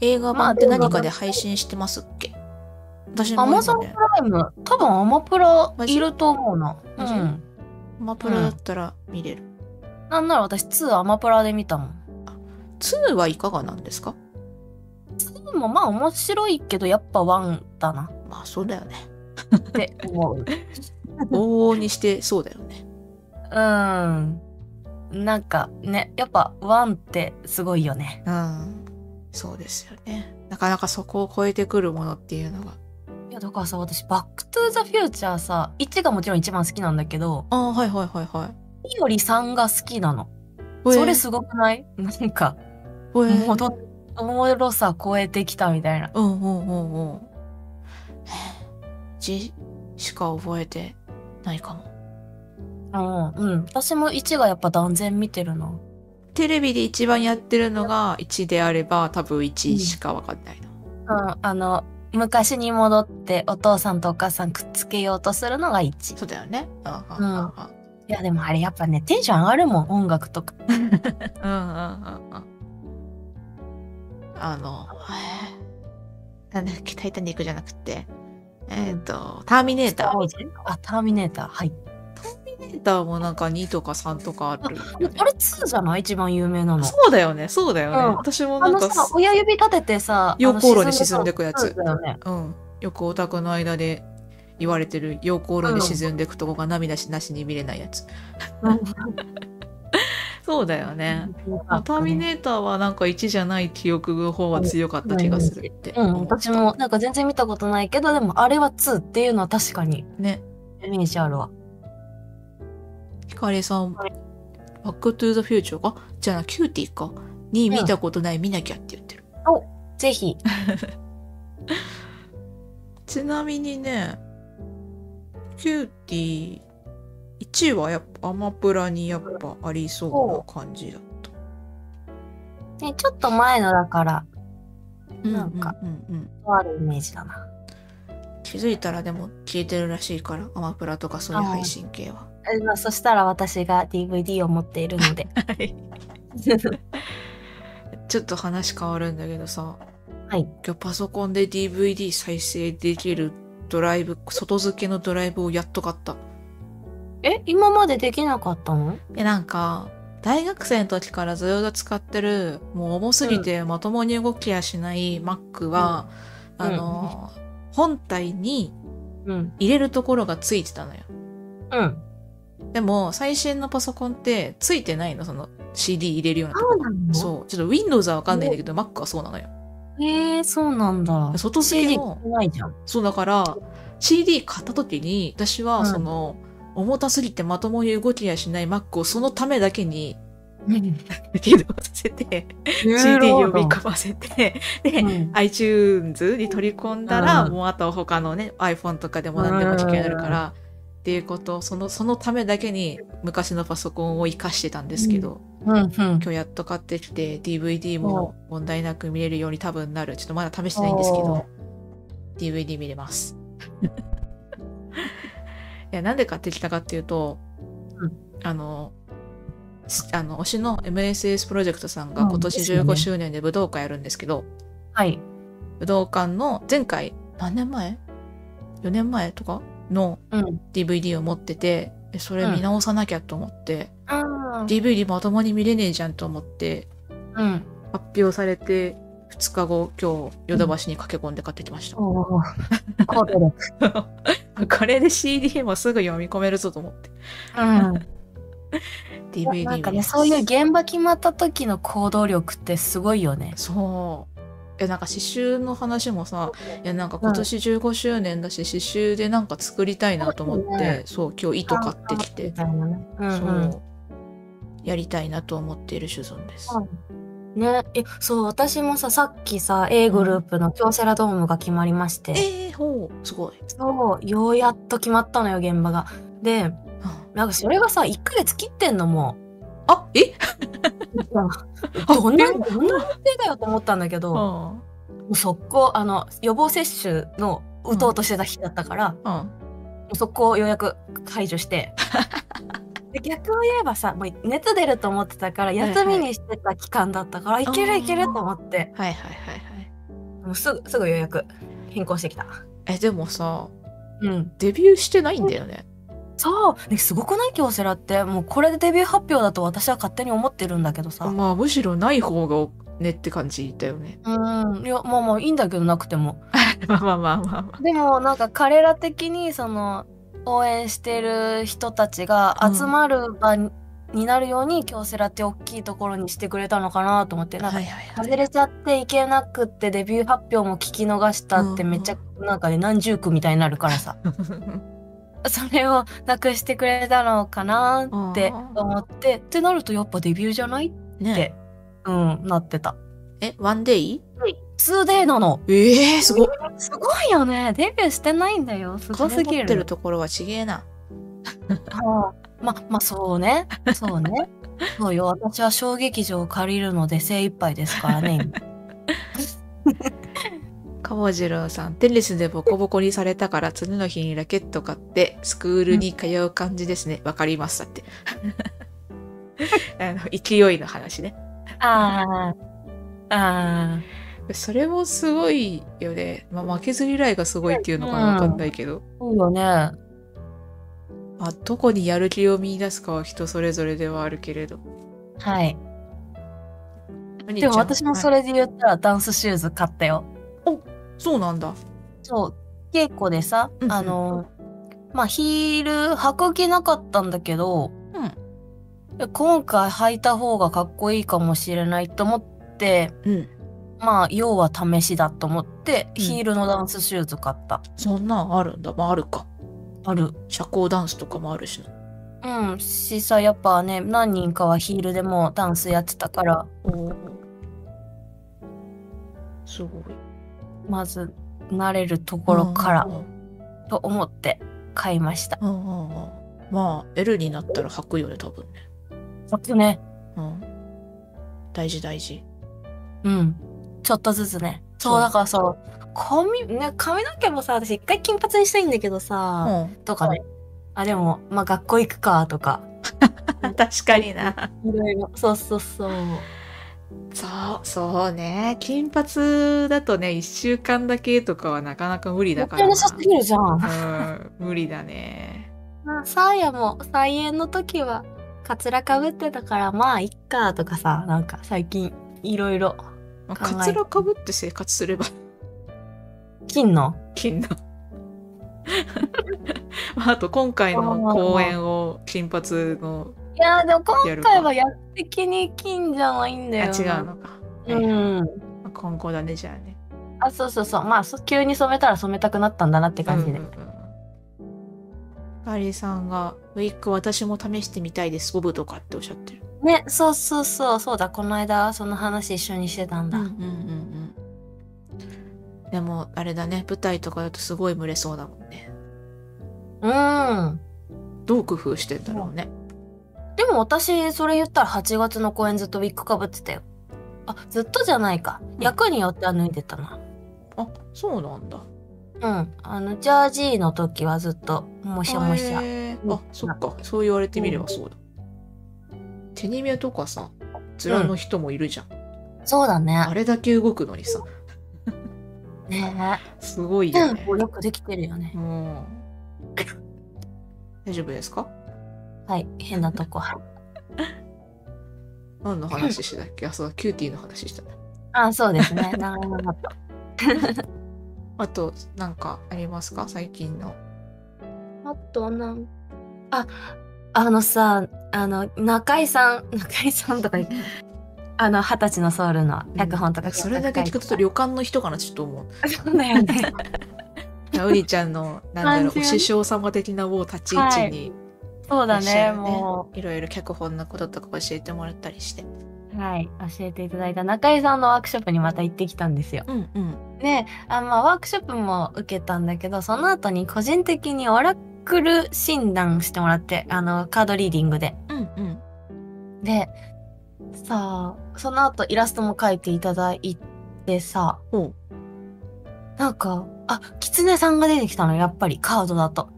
映画版って何かで配信してますっけ私も
アマ
今
ゾンプ
ね、
ライム、多分アマプラ
マジ
いると思うな。う
マジ
ん。
アマプラだったら見れる。
なんなら私2アマプラで見たもん。
2はいかがなんですか
2もまあ面白いけど、やっぱ1だな
まあそうだよね。
って思う。
往々にしてそうだよね。
うん。なんかね、やっぱワンってすごいよね。
うん、そうですよね。なかなかそこを超えてくるものっていうのが。
いや、だからさ、私、バックトゥーザフューチャーさ、1がもちろん一番好きなんだけど、
ああ、はいはいはいはい。
2より3が好きなの。それすごくないなんか、
ご
もうどおもろさ超えてきたみたいな。
うんうんうんうん。字しか覚えてないかも。
うん、うん。私も1がやっぱ断然見てるな。
テレビで一番やってるのが1であれば多分1しかわかんないな。
うん、あの、昔に戻ってお父さんとお母さんくっつけようとするのが1。い
そうだよね。うんうん
うんや、でもあれやっぱね、テンション上がるもん、音楽とか。
うんうんうん。あの、えーなんだっけ、タイタニックじゃなくて、えっ、と、ターミネーター。
あ、ターミネーター。はい。
ターミネーターもなんか2とか3とかあるよね、
あれ2じゃない一番有名なの。
そうだよね、そうだよね。
うん
私も
あ
なん
の
か
さ、親指立ててさ、
陽光炉に沈んでくや
そう
つ。
だよね。
うん。よくオタクの間で言われてる陽光炉に沈んでくとこが涙しなしに見れないやつ。そうだよね。まあターミネーターはなんか1じゃない記憶の方は強かった気がするって。
うん、私もなんか全然見たことないけど、でもあれは2っていうのは確かに
ね。
イメージあるわ。
ひかりさん、
は
バックトゥーザフューチャーかじゃあキューティーか。に見たことない、見なきゃって言ってる。
ぜひ。
ちなみにね、キューティー1はやっぱアマプラにやっぱありそうな感じだ。
ね、ちょっと前のだから、
う
なんか、
うんうん
あるイメージだな。
気づいたらでも消えてるらしいから、アマプラとかそういう配信系は。
えまあ、そしたら私が DVD を持っているので。
はいちょっと話変わるんだけどさ、
はい。
今日パソコンで DVD 再生できるドライブ、外付けのドライブをやっと買った。
え、今までできなかったの
いやなんか、大学生の時からずっと使ってる、もう重すぎてまともに動きやしない Mac は、
うん
あの、本体に
うん。
入れるところがついてたのよ。
うん。
でも、最新のパソコンってついてないの、その CD 入れるようなとこ
そうなの
そう。ちょっと Windows はわかんないんだけど、Mac はそうなのよ。
えー、そうなんだ。
外付け
CD
の
聞けないじゃん。
そうだから CD 買った時に私
うん
はその、重たすぎてまともに動きやしない Mac をそのためだけに起動させて CD 呼び込ませてで、
うん、
iTunes に取り込んだら、
うん
もうあとは他のね iPhone とかでも何でも聴けるから、っていうことそのそのためだけに昔のパソコンを生かしてたんですけど、
うん、うん。
今日やっと買ってきて DVD も問題なく見れるように多分なるちょっとまだ試してないんですけ
おー
ど DVD 見れます いやなんで買ってきたかっていうと、
うん
あのすあの推しの MSS プロジェクトさんが
うん
今年
ですよね
15周年で武道館やるんですけど、
はい。
武道館の前回何年前 ?4 年前とかの
うん。
DVD を持っててえそれ見直さなきゃと思って、
うん。
DVD まともに見れねえじゃんと思って
うん。
発表されて2日後今日ヨドバシに駆け込んで買ってきました、
おー行動力。
これで CD もすぐ読み込めるぞと思って
うん。
DVD 見れ
なんかね、
ます
そういう現場決まった時の行動力ってすごいよね。
そうえなんか刺繍の話もさいやなんか今年15周年だし刺繍でなんか作りたいなと思
そう
っ
だ
て
ね
そう今日糸買ってきて
みたいなね。うんうん
そうやりたいなと思っている所存です。
うん
ね、えそう私もささっきさ A グループの京セラドームが決まりまして、
えー、ほうすごい。
そうようやっと決まったのよ現場が。でなんかそれがさ1ヶ月切ってんのも
あえ
う
あ
どんな
え
どんな予定だよと思ったんだけど、も
うん
う速攻あの予防接種の打とうとしてた日だったから、も
うん
う速攻ようやく解除して で逆を言えばさもう熱出ると思ってたから休みにしてた期間だったから、いけるいけると思って
はいはいはいはい。
もうすぐすぐ予約変更してきた。
えでもさ
うん
デビューしてないんだよね。
そう、ね、すごくない京セラってもうこれでデビュー発表だと私は勝手に思ってるんだけどさうん
まあむしろない方がねって感じだよね。
いやまあまあいいんだけどなくても
まあまあまあまあまあ。
でもなんか彼ら的にその応援してる人たちが集まる場に,、なるように京セラって大きいところにしてくれたのかなと思ってなんか
いはい
外れちゃっていけなくってデビュー発表も聞き逃したってめっちゃなんかね何十句みたいになるからさ それをなくしてくれたのかなって思ってってなるとやっぱデビューじゃない って
ね
うん、なってた。
えワンデイ？
2day なの。
ええすごい。
すごいよね。デビューしてないんだよ。すごす
金
ぎ
持
る。
ってるところはちげえな。
はいま、まあ、そうね。そ うね。そうよ。私は小劇場を借りるので精一杯ですか らね。
川次郎さん、テニスでボコボコにされたから次の日にラケット買ってスクールに通う感じですね。わ、かりますだって。 あの勢いの話ね。
ああ。ああ。
それもすごいよね。まあ、負けず嫌いがすごいっていうのかな
うん
わかんないけど、
そうよね。
まあ、どこにやる気を見出すかは人それぞれではあるけれど。
はい。
兄ち
で
ゃん
も私もそ
はい
れで言ったらダンスシューズ買ったよ。
そうなんだ。
そう。稽古でさ
う、ん
あの、まあ、ヒール履く気なかったんだけど、
うん
で今回履いた方がかっこいいかもしれないと思って
うん。
まあ要は試しだと思って、
うん
ヒールのダンスシューズ買った
そんなんあるんだ。まあ、あるか。
ある
社交ダンスとかもあるしな。
うんしさやっぱね何人かはヒールでもうダンスやってたから
おーすごい。
まず慣れるところから
うん
と思って買いました
うんうんうんうんまあ、L になったら履くよね、多分ね。
あとね
うん。大事大事。
うんちょっとずつね
そ
そううだからさ髪ね髪の毛もさ私一回金髪にしたいんだけど
う
さ、
ん。
とかねあでもまあ学校行くかとか
確かにな。
いろいろそうそうそう
そう、そうね。金髪だとね、一週間だけとかはなかなか無理だから
め
な。
っちゃなさすぎるじゃ
う
ん。
ん、無理だね。
サーヤも再演の時はカツラかぶってたからまあいっかとかさなんか最近いろいろ
まあ、
考え
カツラかぶって生活すれば
金の
金の。 まあ、あと今回の公演を金髪の、
いやーでも
やる
今
か
回はやっ的に金じゃないんだ
あ、
よ
違うのか。
うん
まあ今後だねじゃあね
あそうそうそうまあそ急に染めたら染めたくなったんだなって感じで、
うんうんうんガリーさんがウィッグ私も試してみたいですボブとかっておっしゃってる
ねそうそうそうそうだこの間その話一緒にしてたんだ、
うんうんうんでもあれだね舞台とかだとすごい群れそうだもんね
うん
どう工夫してんだろうね
でも私それ言ったら8月の公演ずっとウィッグかぶってたよあずっとじゃないか役によっては脱いでたな
あそうなんだ
うんあのジャージーの時はずっともしゃもしゃ
へーあそっかそう言われてみればそうだ、手に目とかさ面の人もいるじゃん、
そうだね
あれだけ動くのにさ
ねえ
すごいよ
テ
ね
ンポよくできてるよね
うん大丈夫ですか
はい変なとこ
何の話してたっけあそうだキューティーの話した
あそうです ね長いな
あとなんかありますか最近の
あとなんああのさあの中井さん中井さんとか言ってあの二十歳のソウルの脚本とか、
うんそれだけ聞くと旅館の人かなちょっと思う
そうだよ ね
ウニちゃん のなんだろう
単純
お師匠様的な某立ち位置に
そうだ
いらっしゃ
ね
るね
も
いろいろ脚本のこととか教えてもらったりして
うはい教えていただいた中井さんのワークショップにまた行ってきたんですよ
うんうん
であまあワークショップも受けたんだけどその後に個人的にオラクル診断してもらってあのカードリーディングで
うんうん
でさあその後イラストも描いていただいてさ
ほう
なんかあ狐さんが出てきたのやっぱりカードだと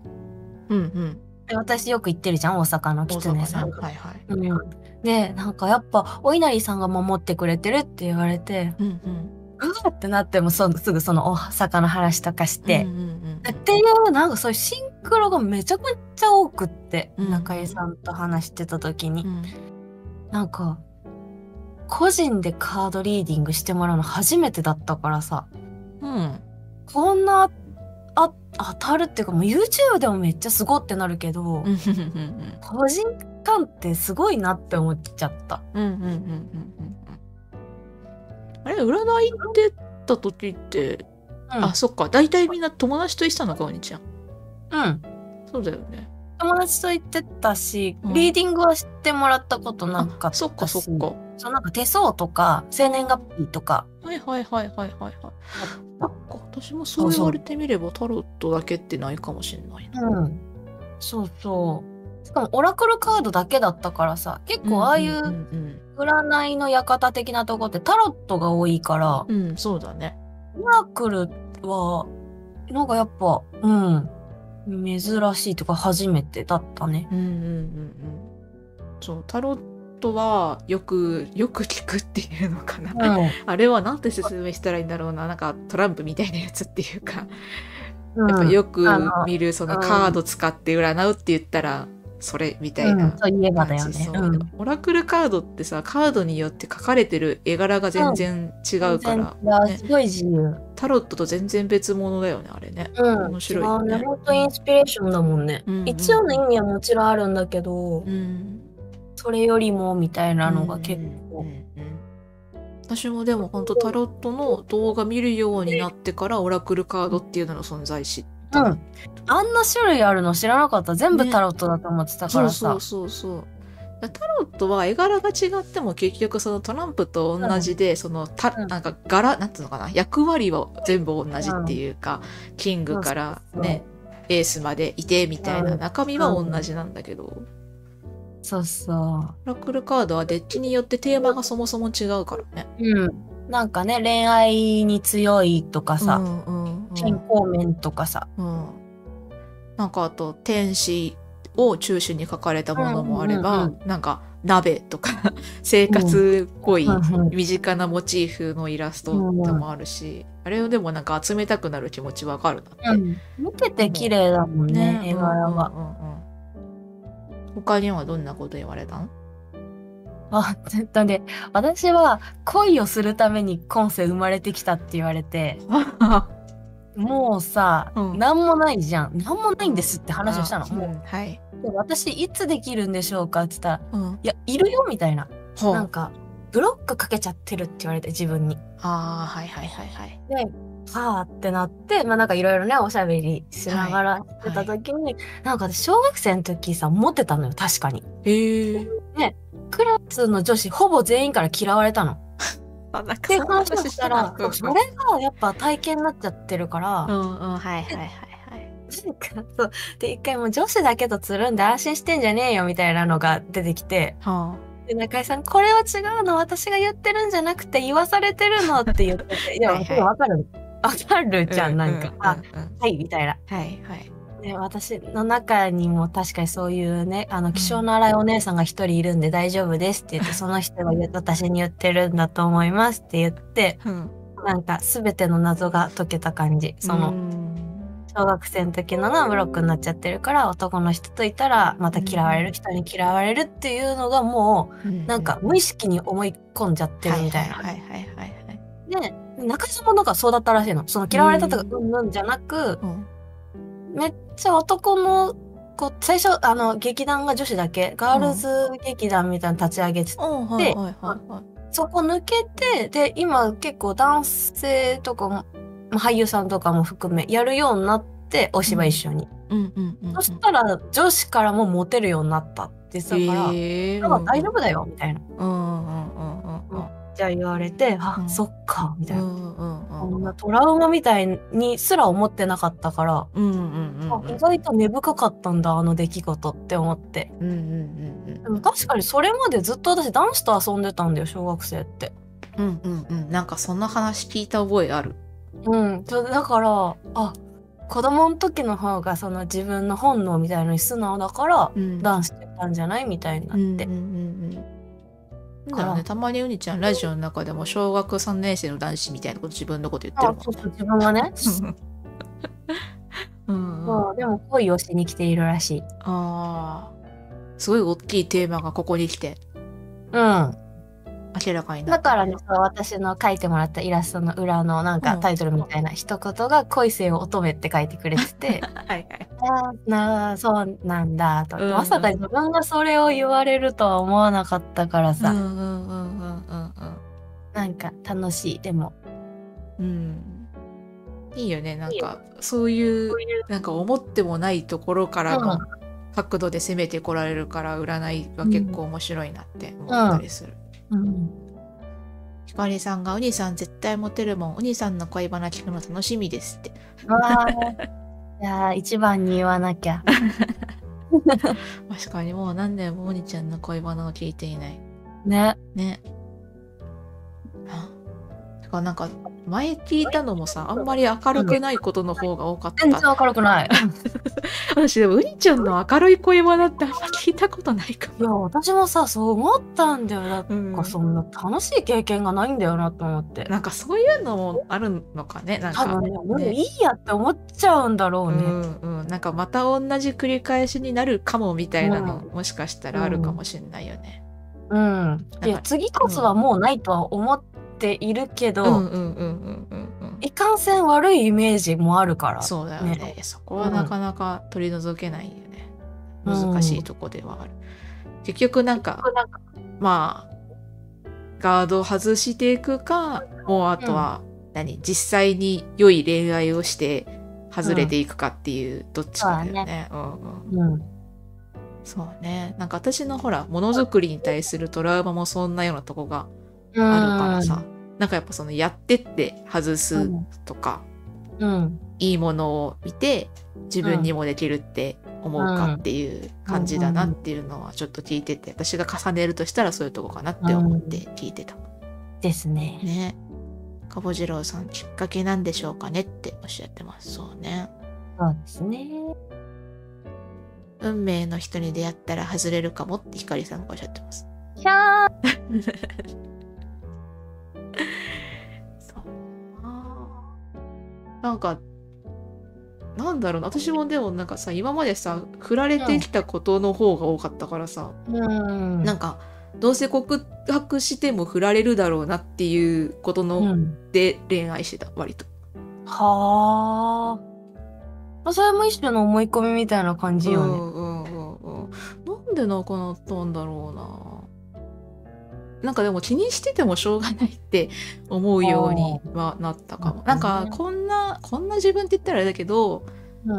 うんうん
で私よく行ってるじゃん大阪の狐さん
大阪ねはいはい
うん、でなんかやっぱお稲荷さんが守ってくれてるって言われて
うんうん
うわってなってもそすぐその大阪の話とかして、
うんうんうんうん
っていうなんかそういうシンクロがめちゃくちゃ多くって、
うん
中井さんと話してた時に、
うん
なんか個人でカードリーディングしてもらうの初めてだったからさ
うん
こんなあ当たるっていうかもう YouTube でもめっちゃすごってなるけど、
うんうん
個人間ってすごいなって思っちゃった。
うんうんうんうんうんうんあれ占いってた時って、
うん
あそっか大体みんな友達と行ってたのかお兄ちゃん
うん、
そうだよね
友達と行ってたし、
うん
リーディングはしてもらったことなかった
あそっかそっか
そうなんか手相とか生年月日とか
はいはいはいはいはいはいそっか私もそう言われてみればタロットだけってないかもしれないな
うん、そうそうしかもオラクルカードだけだったからさ結構ああい
ん
う
うん
占いの館的なとこってタロットが多いから、
うん、うん、そうだね
オラクルはなんかやっぱうん珍しいとか初めてだったね。
うんうんうんうんそうタロットはよく よく聞くっていうのかな、あれはなんて説明したらいいんだろうななんかトランプみたいなやつっていうか
うん
やっぱよく
あの
見るその
うん
カード使って占うって言ったらそれみたい
うん
な
そういえばだよ
感じ
ね
そ。う
うん
オラクルカードってさカードによって書かれてる絵柄が全然違うから、
全然違
ね
うすごい自由。
タロットと全然別物だよねあれね。
うん、
面白いよね
違う本当インスピレーションだもんね。
うんうん
一応の意味はもちろんあるんだけど、
うん、
それよりもみたいなのが結構。
うんうんうん私もでも本当タロットの動画見るようになってからオラクルカードっていうのの存在知った。
うんあんな種類あるの知らなかった。全部
ね
タロットだと思ってたか
そう
らさ。
そうそうそう。だタロットは絵柄が違っても結局そのトランプと同じで、そのた
うん
なんか柄なんつうのかな役割は全部同じっていうか、キングから
そう
ねエースまでいてみたいな
うん
中身は同じなんだけど、
そうそ
オラクルカードはデッキによってテーマがそもそも違うからね。
う。うん。なんかね、恋愛に強いとか
う
さ、
んうんうん
健康面とかさ。
うん、なんかあと天使を中心に書かれたものもあれば、
うんうん
なんか鍋とか 生活っぽい
うんうん
身近なモチーフのイラストでもあるし、あれをでもなんか集めたくなる気持ちわかるなって、
見てて綺麗だもんね、絵柄は。
うんうんうん他にはどんなこと言われた の
あ、絶対で、私は恋をするために今世生まれてきたって言われて、もうさ、
うん
なんもないじゃん。なんもないんですって話をしたの。
あうん
も
はい、
う、で私いつできるんでしょうかって言ったら、
うん
いや、いるよみたいな。
ほう
なんか、ブロックかけちゃってるって言われて、自分に。
ああ、はいはいはいはい。
はあってなって、まあなんかいろいろね、おしゃべりしながらしてた時に、なんか私小学生の時さ、モテたのよ、確かに。
ええー。
クラスの女子ほぼ全員から嫌われたの。
あ、なんか
で、
そんな
話
話
を
し
した
たら
ら、、そうそれがやっぱ体験になっちゃってるから、
う
な
ん
ん
うん、はいはいはいはい。
かそう。で、一回もう女子だけとつるんで安心してんじゃねえよみたいなのが出てきて、
は
で、中井さん、これは違うの、私が言ってるんじゃなくて言わされてるのって言ってて、いや、
はいはい
わかる。わかる
あ。
じゃん、なん
う
か。
う
あ、
うんうん
はい、みたいな。
はいはい。
ね、私の中にも確かにそういうね、あの、気性の荒いお姉さんが一人いるんで大丈夫ですって言って、その人が言う私に言ってるんだと思いますって言って、
うん。
なんか全ての謎が解けた感じ。その、
の、
小学生の時のがブロックになっちゃってるから、男の人といたらまた嫌われる、人に嫌われるっていうのがもう、なんか無意識に思い込んじゃってるみたいな。
はいはいはいはいはい。
で、中島なんかそうだったらしいの。その嫌われたとか、
う
うんうんじゃなく、
うん。
めっちゃ男の子最初あの劇団が女子だけガールズ劇団みたいなの立ち上げて、
うん、はいはいはいはい。
そこ抜けてで今結構男性とかもまあ俳優さんとかも含めやるようになってお芝居一緒に、
うんうんうんうん。
そしたら女子からもモテるようになったってさから、
ええ
なんか大丈夫だよみたいな
うんうんうんうんうん。
じゃあ言われて、あ
うん
そっかみたいうな、
んうんう
こん
ん。
なトラウマみたいにすら思ってなかったから、
うんうんうん。
あ意外と根深かったんだあの出来事って思って
うんうんうん
でも確かにそれまでずっと私男子と遊んでたんだよ小学生って。
うんうんうんなんかそんな話聞いた覚えある
うん、そうだからあ子供の時の方がその自分の本能みたいのに素直だから
うん
男子だったんじゃないみたいにな
う
っ
んうんう
て。
んうんだからねたまにうにちゃんラジオの中でも小学3年生の男子みたいなこと自分のこと言ってる
あ
もん
そうそう自分はね、
うんうん、あ
そうでも恋をしに来ているらしい。
あーすごい大きいテーマがここに来て
うん、
明らかにな
だ
った
からねさ私の描いてもらったイラストの裏のなん
う
か
ん
タイトルみたいな一言が「恋性を乙女」って書いてくれて て
はいはい
あーなあそうなんだと、
うん
まさか自分がそれを言われるとは思わなかったから
う
さ、
んうんうんうんうんうん
なんか楽しいでも
うんいいよねなんかそういうなんか思ってもないところから
う
の
ん
角度で攻めてこられるから占いは結構面白いなって思ったりする。
うん、
ひかりさんが「ウニさん絶対モテるもんウニさんの恋バナ聞くの楽しみです」って
わあじゃあ一番に言わ なきゃ
確かにもう何年もウニちゃんの恋バナを聞いていない
ね
ねあだからなんか前聞いたのもさあんまり明るくないことの方が多かっ
全
た
然明るくない
私でもウニちゃんの明るい恋バナってあんま聞いたことないかも
いや私もさそう思ったんだよだか
うん
らそんな楽しい経験がないんだよなと思って
なんかそういうのもあるのかねなんか
多分ねもう
ね
いいやって思っちゃうんだろうね、
うんうん、なんかまた同じ繰り返しになるかもみたいなの、
う
もしかしたらあるかもしれないよね。
うん。い
なんか
や、次こそはもうないとは思っているけ
う
ど、
んうんうんうんうん
いかんせん悪いイメージもあるか
うん。
ら。
そうだよね
ね
そこはなかなか取り除けないよね。
うん
難しいとこではある。結局なんか
なんか
まあガードを外していくかもうあとは何、実際に良い恋愛をして外れていくかっていう、どっちかだよ
そうだ
ね。うんうん
うん。
そうね。なんか私のほら、ものづくりに対するトラウマもそんなようなとこがあるからさ。なんかやっぱそのやってって外
う
す
ん。
とか、
うん。
いいものを見て自分にもできるって思うかっていう感じだなっていうのはちょっと聞いてて、私が重ねるとしたらそういうとこかなって思って聞いてた。
ですね。
ね。かぼじろうさんきっかけなんでしょうかねっておっしゃってます。そうね。
そうですね。
運命の人に出会ったら外れるかもってひかりさんがおっしゃってます。
ひゃー
そうあーなんかなんだろうな私もでもなんかさ今までさ振られてきたことの方が多かったからさ、
うん。
なんかどうせ告白しても振られるだろうなっていうこと
う
の
ん。
で恋愛してた割と。
はー。まあ、それも一種の思い込みみたいな感じ
う
よ
ん
ね。
うんうんうんなんでなくなったんだろうな。なんかでも気にしててもしょうがないって思うようにはなったかも。なんかこんなこんな自分って言ったらあれだけど、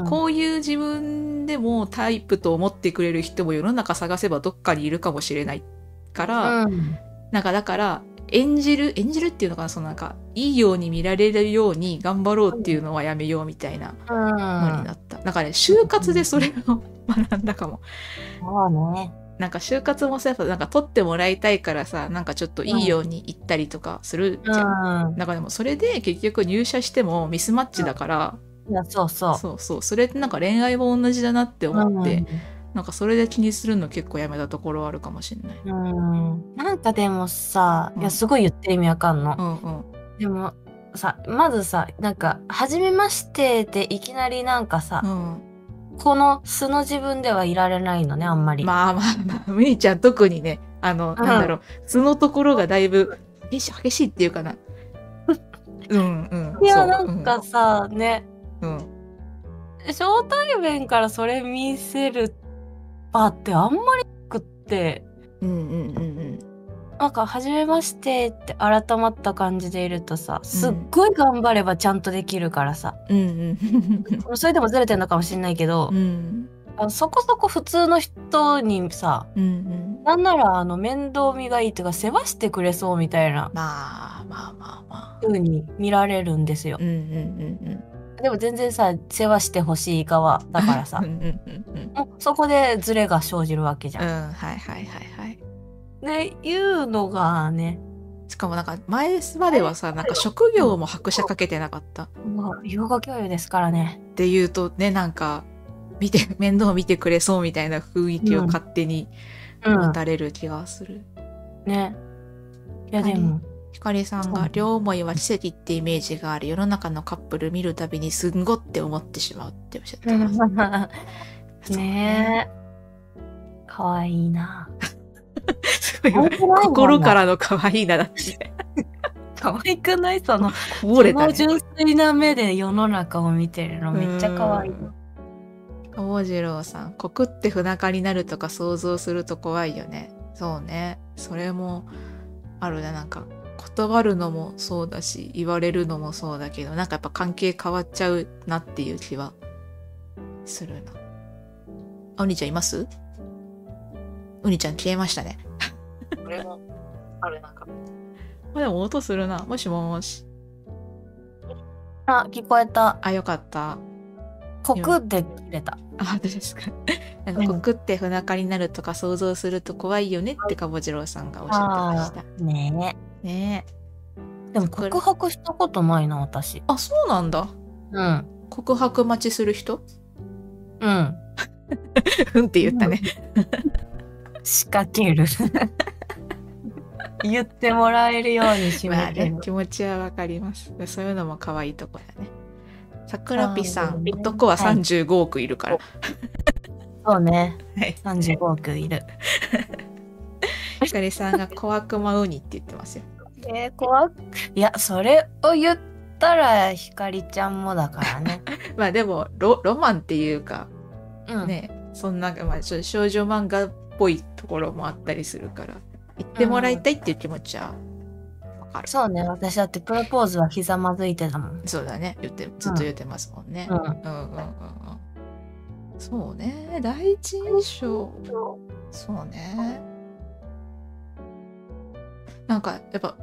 こういう自分でもタイプと思ってくれる人も世の中探せばどっかにいるかもしれないから、
うん
なんかだから演じる演じるっていうのかなそのなんかいいように見られるように頑張ろうっていうのはやめようみたいなのになった。なんかね就活でそれを 学んだかも。
そうね。
なんか就活もさやっぱなんか取ってもらいたいからさなんかちょっといいように行ったりとかするじゃん。
う
なんかでもそれで結局入社してもミスマッチだから、
ん。いや、そうそう。
そうそうそれってなんか恋愛も同じだなって思って、なんかそれで気にするの結構やめたところあるかもしれない。
うん。うんなんかでもさ、
う
い
ん
や、すごい言ってる意味わかんの
う。んうん
でもさ、まずさ、なんか、初めましてでいきなりなんかさ
う、ん、
この素の自分ではいられないのね、あんまり。
まあまあまあみーちゃん特にねあの、
うん
なんだろう素のところがだいぶ激しい激しいっていうか な。うんうん。
いや、
そう
なんか、さ、ね、
うん
初対面からそれ見せる場ってあんまりなくって、
うんうんうんうん。
なんか、初めましてって改まった感じでいるとさ、すっごい頑張ればちゃんとできるからさ、
うん
それでもずれてるのかもしれないけど
うん。う、ん
あのそこそこ普通の人にさ、
うんうん。
なんならあの面倒見がいいというか世話してくれそうみたいな
まあまあまあまあ。
風に見られるんですよ
う。んうんうんうん。
でも全然さ世話してほしい側だからさ
うんうんうんうん。
もうそこでズレが生じるわけじ
う
ゃん。
ん、はいはいはいはい。
でいうのがね
しかもなんか前まではさ、なんか職業も拍車かけてなかった。っ
まあ洋画教諭ですからね。
ていうとね、なんか、見て、面倒見てくれそうみたいな雰囲気を勝手に
うん
持、たれる気がする。
ねいやでも
ひかりさんが、両思いは奇跡ってイメージがある世の中のカップル見るたびにすんごって思ってしまうっておっしゃってます。そう
ねえかわいい な。
すごいわ心からの可愛いなだ って。
可愛くないその
こぼれた、ね。
その純粋な目で世の中を見てるのめっちゃ可愛い。
桃次郎さん、コクって不仲になるとか想像すると怖いよね。そうね。それもあるね。なんか、断るのもそうだし、言われるのもそうだけど、なんかやっぱ関係変わっちゃうなっていう気はするな。あおにちゃんいますうにちゃん消えましたね。
これもあるなんか
まあでも音するな。もしもし。
あ、聞こえた。
あ、よかった。
コクって切れた。
あ、私ですか。 なんか、コクって不仲になるとか想像すると怖いよねって、かぼじろうさんがおっしゃってました。
ね
ねえ。
え。でも告白したことないな、私。
あ、そうなんだ。
うん。
告白待ちする人
うん。
うんって言ったね。
仕掛ける。 言ってもらえるようにし
まあ
ま
ね
ね、
気持ちはわかります。そういうのも可愛いとこだね。桜ピさ、
そうんね
男は
はい
35億いるから。
そうね。
はい。
35億いる。
ひかりさんが小悪魔ウニって言ってますよ。
え怖いや、それを言ったら、ひかりちゃんもだから ね。
まあでも、ロロマンっていうか、
うん。
ね、そんな、まあ、ちょ少女漫画っぽいところもあったりするから、言ってもらいたいっていう気持ちはわかる。
そうね。私だってプロポーズはひざまずいてたもん。
そうだね。言って、ずっと言ってますもんね。
うん。
うんうんうんうんそうね第一印象そうねなんかやっぱ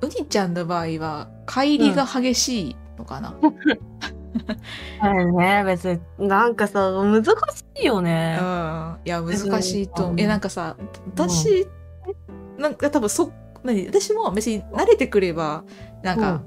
ウニちゃんの場合は乖離が激しいのかな、うん
はいね。別に、なんかさ、難しいよね。
いや難しいと思
う
うんいやなんかさ私、なんか多分そ何私も別に慣れてくればなんか、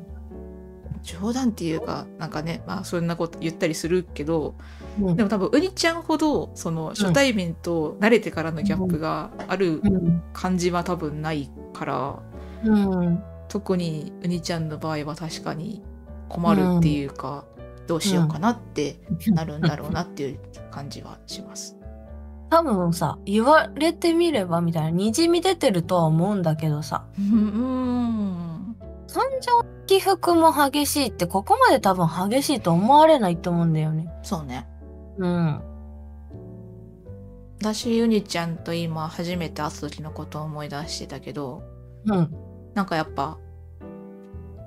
冗談っていうかなんかねまあそんなこと言ったりするけど、
うん、うん
でも多分ウニちゃんほどその初対面と慣れてからのギャップがある
うん
感じは多分ないから
うん、
特にウニちゃんの場合は確かに困るっていうか、どうしようかなってなるんだろうなっていう感じはします。
多分さ言われてみればみたいなにじみ出てるとは思うんだけどさ
うん
感情起伏も激しいってここまで多分激しいと思われないと思うんだよね。
そうね
うん、
私ウニちゃんと今初めて会った時のことを思い出してたけど
うん。
なんかやっぱ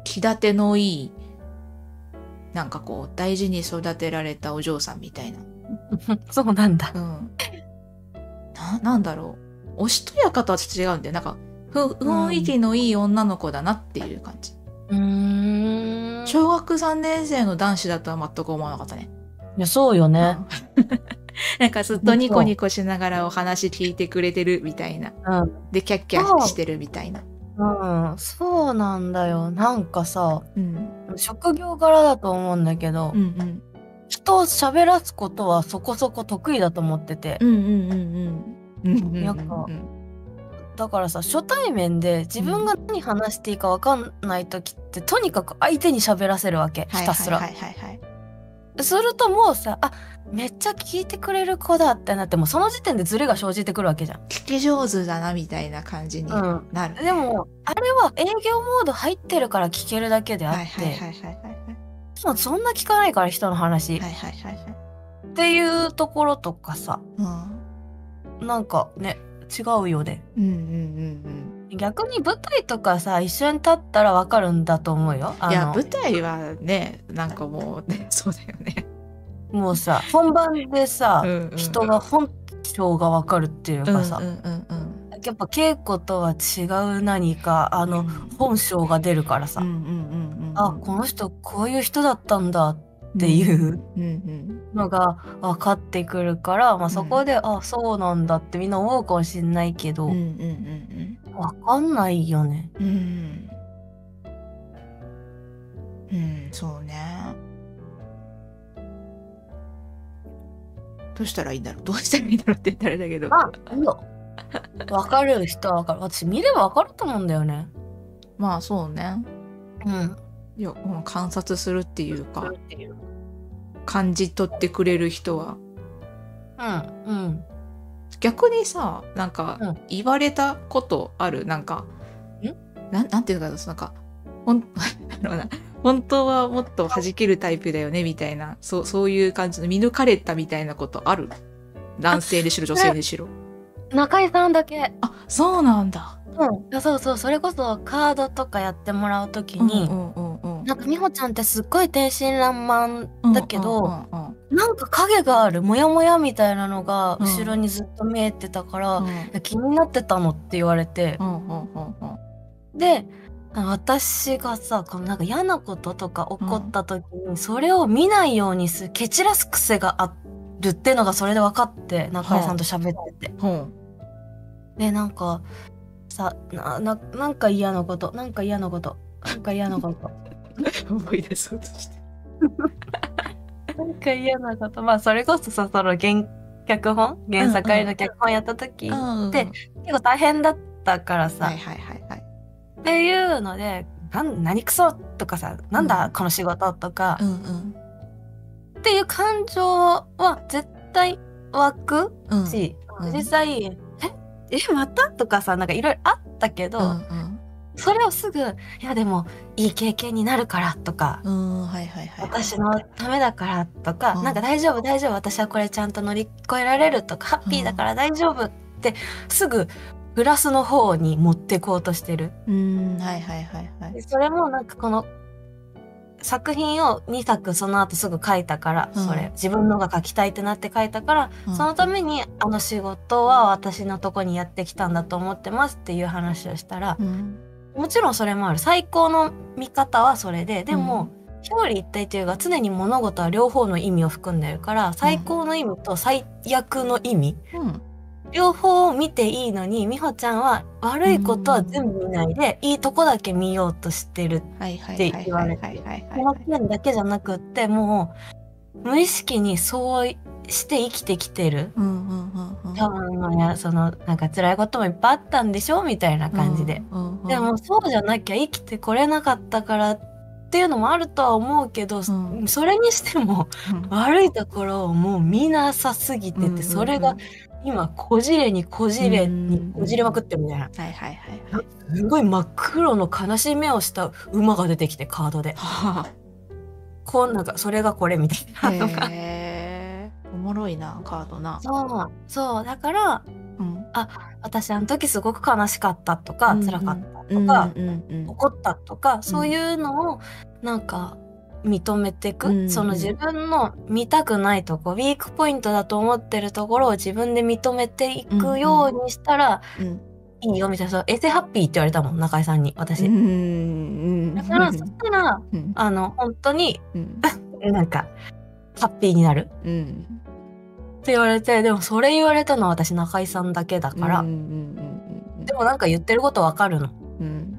気立てのいいなんかこう大事に育てられたお嬢さんみたいな、
そうなんだ。
うん、ななんだろうおしとやかとはちょっと違うんでなんかふ雰囲気のいい女の子だなっていう感じ、
うーん。
小学3年生の男子だとは全く思わなかったね
いや、そうよね。
なんかずっとニコニコしながらお話聞いてくれてるみたいな、
う
でキャッキャしてるみたいな、
うん。そうなんだよ。なんかさ、
うん、
職業柄だと思うんだけど、
うんうん
人を喋らすことはそこそこ得意だと思ってて、
うんうんうんうんうんうんうんうん
なんかだからさ初対面で自分が何話していいか分かんない時ってとにかく相手に喋らせるわけひたすら、
はいはいはいはい
するともうさあめっちゃ聞いてくれる子だってなってもうその時点でズレが生じてくるわけじゃん、
聞き上手だなみたいな感じに
う
なる、
ん、でもあれは営業モード入ってるから聞けるだけであって、
はいはいはいはいはい
でもそんな聞かないから人の話、
はいはいはいはい
っていうところとかさ
うん
なんかね違うよね
うんうん
逆に舞台とかさ一緒に立ったら分かるんだと思うよ
うん
あ
いや
の
舞台はねなんかもうねそうだよね、
もうさ本番でさ、
うんうんうん、
人が本性が分かるっていう
うんう
か
ん
さ、
うんうん
やっぱ稽古とは違う何かあの本性が出るからさ、
うんうんうんうん
あこの人こういう人だったんだっていう
うんうん
のが分かってくるから、まあ、そこで、あそうなんだってみんな思うかもしんないけ
う
ど、
んうんうん
分かんないよね。
うんうんうんそうねどうしたらいいんだろうどうしたらいいんだろうって言ったらあれだけど
まあいいよ分かる人は分かる私見れば分かると思うんだよね。
まあそうね
うん、
いやうん観察するっていうか
うん
感じ取ってくれる人は
うん
逆にさなんか
うん
言われたことあるなんかなんなんていうかなんかほん なんだろうな本当はもっと弾けるタイプだよねみたいなそうそういう感じの見抜かれたみたいなことある男性にしろ女性にしろ
中井さんだけ
あそうなんだ
うん、そうそうそれこそカードとかやってもらうときに、
うんうんうんうん
なんか美穂ちゃんってすっごい天真爛漫だけど、
うんうん
なんか影があるモヤモヤみたいなのが後ろにずっと見えてたから、
うん
気になってたのって言われて
う、んうんうんうんうん
であの私がさこのなんか嫌なこととか起こった時にそれを見ないようにする蹴散らす癖があるってのがそれで分かって中井さんと喋ってて。
ほう
でなんかさなななんか嫌なことなんか嫌なことなんか嫌なこと
思い出そうとして
なんか嫌なことまあそれこそさその原脚本原作ありの脚本やった時、で結構大変だったからさ、
はいはいはいはい
っていうので「なん何クソ!」とかさ「なんだ、
うん
この仕事!」とか、
うんうん
っていう感情は絶対湧く
うん
し、
うん
実際「え えまた?」とかさなんかいろいろあったけど、
うん
それをすぐ「いやでもいい経験になるから」とか。
うんうんはいはいはい
私のためだからとか、
うん
なんか大丈夫大丈夫私はこれちゃんと乗り越えられるとか、ハッピーだから大丈夫ってすぐプラスの方に持ってこうとしてる
うーんはいはいはいはい
でそれもなんかこの作品を2作その後すぐ書いたから、
うん
それ自分のが書きたいってなって書いたから、
うん
そのためにあの仕事は私のとこにやってきたんだと思ってますっていう話をしたら、
うん
もちろんそれもある最高の見方はそれででも、表裏一体というか常に物事は両方の意味を含んでるから最高の意味と最悪の意味、
うん
両方を見ていいのに美穂ちゃんは悪いことは全部見ないで、いいとこだけ見ようとしてる
はいはい
って
はい
言
は
わ
い
れ
はいはい
この件だけじゃなくってもう無意識にそうして生きてきてる
うんうんうんうん
多分まあやそのなんか辛いこともいっぱいあったんでしょみたいな感じで、
うんうん
でもそうじゃなきゃ生きてこれなかったからっていうのもあるとは思うけど、
ん
それにしても
うん
悪いところをもう見なさすぎてて、
うんうんうん
それが今こじれにこじれにこじれまくってるみたいな、
はいはいはいはい
すごい真っ黒の悲しい目をした馬が出てきてカードで
は
こうなんかそれがこれみた
あ
いなとか。
へーおもろいなカードな
そうそうだから
うん
私あの時すごく悲しかったとか
うんうん
辛かったとか、
うんうん
怒ったとかそういうのをなんか認めてく、
うん
その自分の見たくないとこウィークポイントだと思ってるところを自分で認めていくようにしたら
うんうん
いいよみたいな、そうエセハッピーって言われたもん中井さんに私。
うん
だからそしたら
うん
あの本当に
うん
なんかハッピーになるっ
うん
て言われてでもそれ言われたのは私中井さんだけだから、
うんうん
でもなんか言ってることわかるの。
うんうん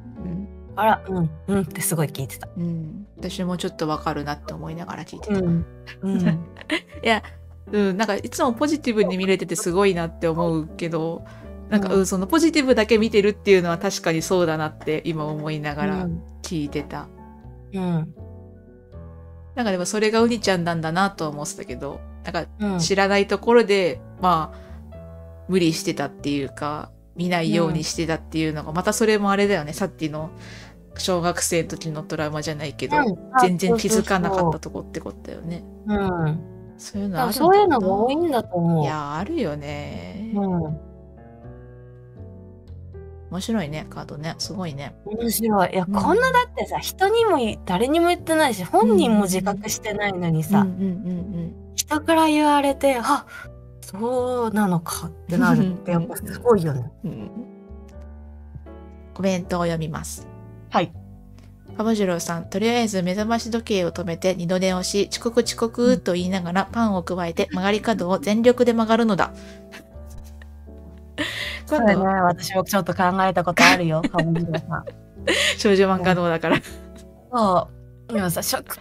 あらうんうんってすごい聞いてた。
うんうん私もちょっとわかるなって思いながら聞いてた、
ん、 うん
うん、なんかいつもポジティブに見れててすごいなって思うけどなんか、
うん
うん、そのポジティブだけ見てるっていうのは確かにそうだなって今思いながら聞いてた、
うん
なんかでもそれがうにちゃんなんだなとは思ってたけどなん
うん
か知らないところで、まあ無理してたっていうか見ないようにしてたっていうのが、またそれもあれだよねさっきの小学生の時のトラウマじゃないけど、
うんあ
全然気づかなか
そ
っ
うそ
たとこってことだよね
うそううん
そういう
だ
のあるん
から
だ
そういうのが
な
多いんだと思う。
いやあるよね、
うん、
面白いねカードねすごいね
面白い。いや、
うん
こんなだってさ、人にもい誰にも言ってないし、本人も自覚してないのにさ、
うんうん
人から言われて、あそうなのかってなるって、やっぱすごいよね。
うんうんうんコメントを読みます
はい
カムジローさんとりあえず目覚まし時計を止めて二度寝をし遅刻遅刻と言いながらパンを加えて曲がり角を全力で曲がる のだ
そ
今
れね、
度は
私もちょっと考えたことある よ、かもしれさん。
少女漫画のだから
そう。でもさ、食パン加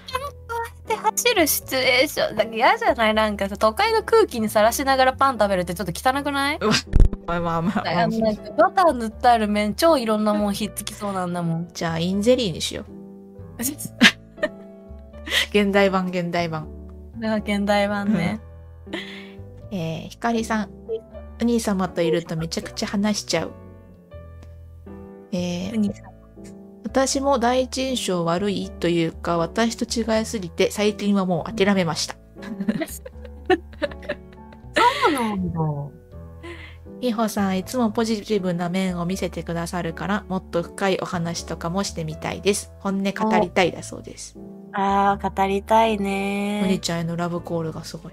えて走るシチュエーションだけ嫌じゃないなんかさ、都会の空気にさらしながらパン食べるってちょっと汚くない
まあまあまあ、
なんかバター塗ってある面超いろんなもんひっつきそうなんだもん。
じゃあインゼリーにしよう 現代版現代版
現代版ね。
えー、ひかりさん、お兄様といるとめちゃくちゃ話しちゃう。えー、私も第一印象悪いというか、私と違いすぎて、最近はもう諦めました。
そうなんだ。
みほさん、いつもポジティブな面を見せてくださるから、もっと深いお話とかもしてみたいです。本音語りたいだそうです。
ああ、語りたい
お兄
ね。
ちゃんへのラブコールがすごい。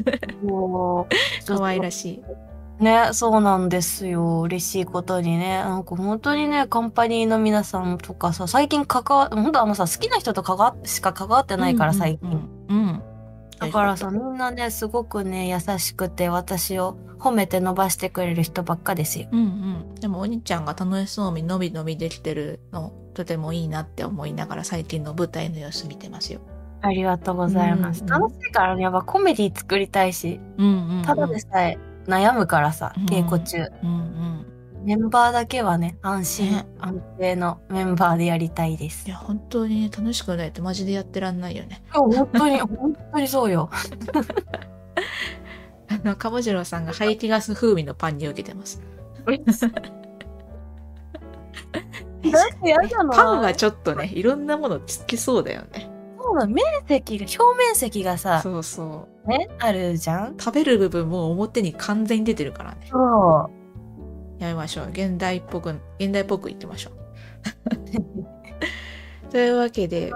もう
可愛らしい。
ね、そうなんですよ。嬉しいことにね。なんか本当にね、カンパニーの皆さんとかさ、最近関わ、本当あのさ、好きな人と関わしか関わってないから、最近。
うんうん、うん。
だからさ、みんなね、すごくね、優しくて、私を褒めて伸ばしてくれる人ばっかですよ。
うんうん、でもお兄ちゃんが楽しそうにのびのびできてるのとてもいいなって思いながら最近の舞台の様子見てますよ。
ありがとうございます。
うん
楽しいからね、やっぱコメディ作りたいし、
うんうんうん、
ただでさえ悩むからさ、
うん
稽古中。
うんうん、
メンバーだけはね、安心、
ね
安定のメンバーでやりたいです
い。や本当に楽しくないとマジでやってらんないよね。
本当に、本当にそうよ。
あの鴨次郎さんが排気ガス風味のパンに受けて ます。
なんか嫌じゃない
パンはちょっとねいろんなものつきそうだよね。
そうだ、面積が、表面積がさ、
そうそう
ね、あるじゃん。
食べる部分も表に完全に出てるからね。
そ
やめましょう現代っぽく現代っぽく言ってましょう。 というわけで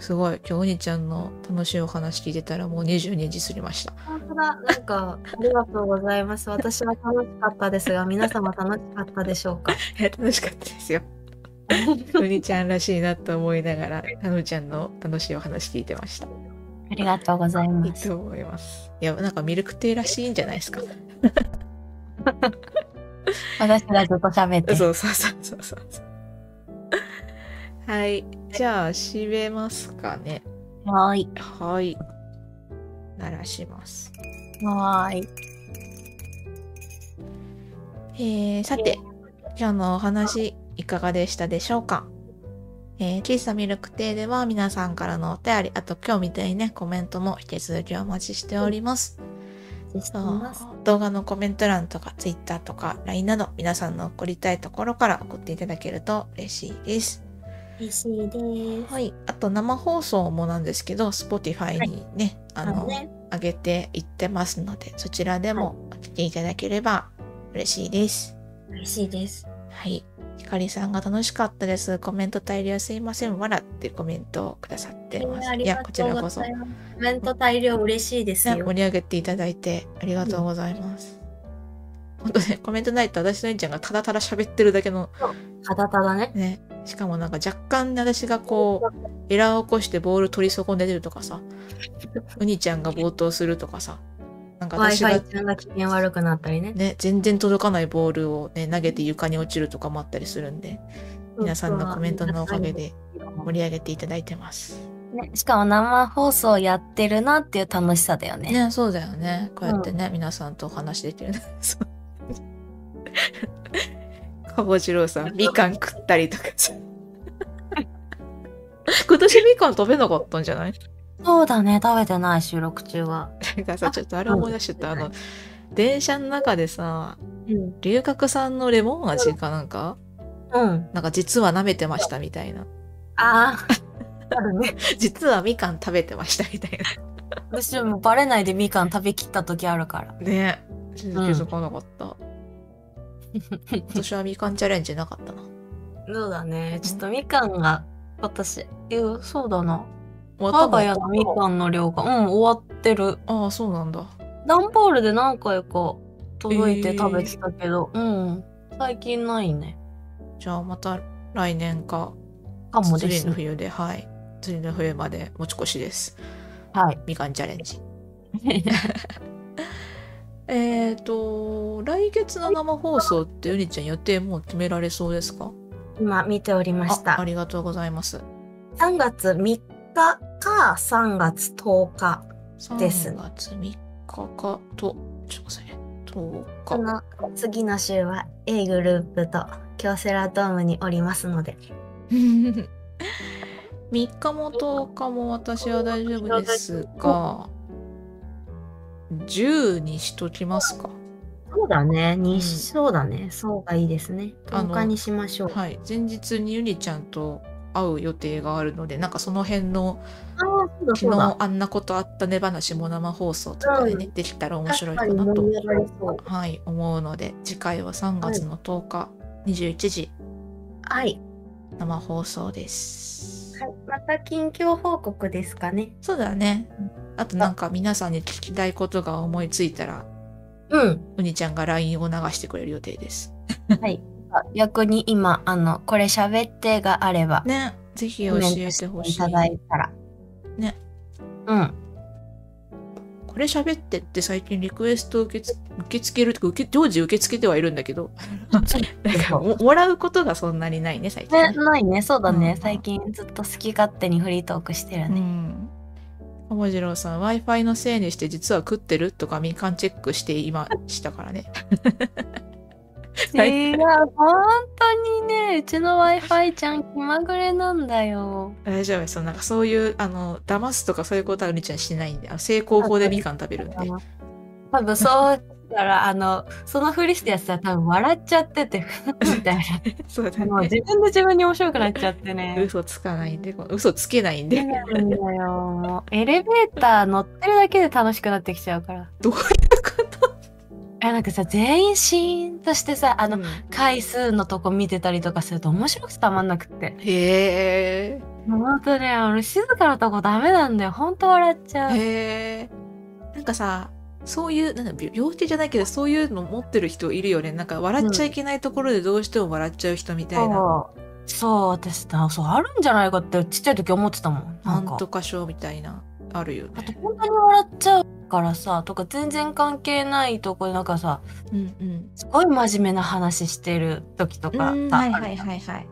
すごい今日お兄ちゃんの楽しいお話聞いてたらもう22時過ぎました
う。本当だ、なんか、 ありがとうございます。私は楽しかったですが、皆様楽しかったでしょうか。
いや楽しかったですよ お兄ちゃんらしいなと思いながらあのちゃんの楽しいお話聞いてました
ありがとうござい
いい
ま
と。思いますいやなんかミルクティーらしいんじゃないですか
私がずっと喋っ
そうそうそうそうそうそう はいじゃあ閉めますかね
はーい。
はい鳴らします
はーい。
えーさて、今日のお話いかがでしたでしょうかえー、喫茶ミルクティーでは皆さんからのお便り、あと今日みたいにね、コメントも引き続きお待ちしております。
失
そ
礼しま
う
す
動画のコメント欄とか Twitter とか LINE など皆さんの送りたいところから送っていただけると嬉しいです。
嬉しいです。
はい。あと生放送もなんですけど、Spotify にね、あ
あの
の、
ね、
上げていってますので、そちらでも来ていただければ嬉しいです。
嬉しいです。
はい。ひかりさんが楽しかったです。コメント大量すいません。わらってコメントをくださってます。いや、こちらこそ。
コメント大量嬉しいです
ね盛
よ。
り上げていただいてありがとうございます。本当ね、コメントないと私のりちゃんがただただ喋ってるだけの
ただただね。
ね、しかもなんか若干ね私がこう、エラーを起こしてボール取り損ねてるとかさ、うにちゃんが冒頭するとかさ、なんか私が
Wi-Fi ちゃんが機嫌悪くなったりね。
ね、全然届かないボールをね、投げて床に落ちるとかもあったりするんで、皆さんのコメントのおかげで盛り上げていただいてます。
ね、しかも生放送やってるなっていう楽しさだよね。
ね、そうだよね。こうやってね、皆さんとお話できるね。そうかぼじろうさ ん、みかん食ったりとかさ。 今年みかん食べなかったんじゃない
そうだね、食べてない収録中は。
なんかさ、
あ
ちょっとあれ思い出しちゃった。あ
はい
の、電車の中でさ、
うん。
龍角さんのレモン味かなんか、
うん。
なんか実は舐めてましたみたいな。
あ あ。あるね。
実はみかん食べてましたみたい
私もバレないでみかん食べきった時あるから。
な。ね。気づかなかった。 今年はみかんチャレンジなかったな。
そうだね。
ちょっとみかんが、私、え、そうだな。
終わ
我
ったの
が家のみかんの量が、うん、終わってる。
ああ、そうなんだ。
段ボールで何回か届い
えー
て食べてたけど、うん、最近ないね。
じゃあまた来年か、
かもで
次
す
の
ね。
冬で、はい。次の冬まで持ち越しです。
はい。
みかんチャレンジ。えっ、と、来月の生放送ってうにちゃん予定もう決められそうですか
今見ておりまし
ああ
た。
りがとうございます。
3月3日か3月10日。です
3月3日かと、ちょっと待ってね、10
こ
日。
の次の週は A グループと京セラドームにおりますので。
3日も10日も私は大丈夫ですが、10にしときますか。
そうだね。
うん
にそうだね。そうがいいですね。
あの
10日にしましょう。
はい。前日にゆりちゃんと会う予定があるので、なんかその辺の、
ああ、そうだそう
昨
だ。
日あんなことあったね話も生放送とかでね、
う
できたら面
確
白い
か
か
に
なと
盛り上がりそう。
はい、思うので、次回は3月の10日、21時
はい。
生放送です。
はい、また近況報告ですかね。
そうだね。あとなんか皆さんに聞きたいことが思いついたら、
うん。
うにちゃんが LINE を流してくれる予定です。
逆に今、あの、これ喋ってがあれば、
ね、ぜひ教
コメン
え
ト
てほ
い
しい。
ただいたら。
ね。
うん。
これ喋ってって最近リクエスト受けつ受け付けるとか受け、常時受け付けてはいるんだけど、なんか ももらうことがそんなにないね、最近ね
ね、ないね、そうだね。
うん
最近ずっと好き勝手にフリートークしてる
う
ね。
ん。鴨次郎さん、Wi-Fi のせいにして実は食ってるとかみかんチェックしていましたからね。はい
違う、本当にね、うちの Wi-Fi ちゃん気まぐれなんだよ。
大丈夫です。そのなんかそういう、あの、騙すとかそういうことはうにちゃんしないんで、あ成功法でみかん食べるんで。
多分そうしたら、あ の、そのふりしてやつは多分笑っちゃって て、ふんみたい な。
そうだ
もう
ね。
自分で自分に面白くなっちゃって ね。
嘘つかないんで、こう嘘つけないん
そう
で、
なんだよ。もうエレベーター乗ってるだけで楽しくなってきちゃうから。
どういうこと
え、なんかさ、全員シーンとしてさ、あの、
うん
回数のとこ見てたりとかすると面白くてたまんなくって。
へ
本当ね、あの静かなとこダメなんだよ。本当笑っち
え。
ゃう。
へえ。なんかさ、そういう、なんだ、病病気じゃないけど、そういうの持ってる人いるよね。なんか笑っちゃいけないところでどうしても笑っちゃう人みたいな。
そう、そう私なそうあるんじゃないかってちっちゃい時思ってたもん。
な
なん
ん
か
とか症みたいな、あるよ
あと
ね。
本当に笑っちゃうからさ、とか全然関係ないとこでなんかさ、
うんうん。
すごい真面目な話してる時とかさ、
はいはいはいはい。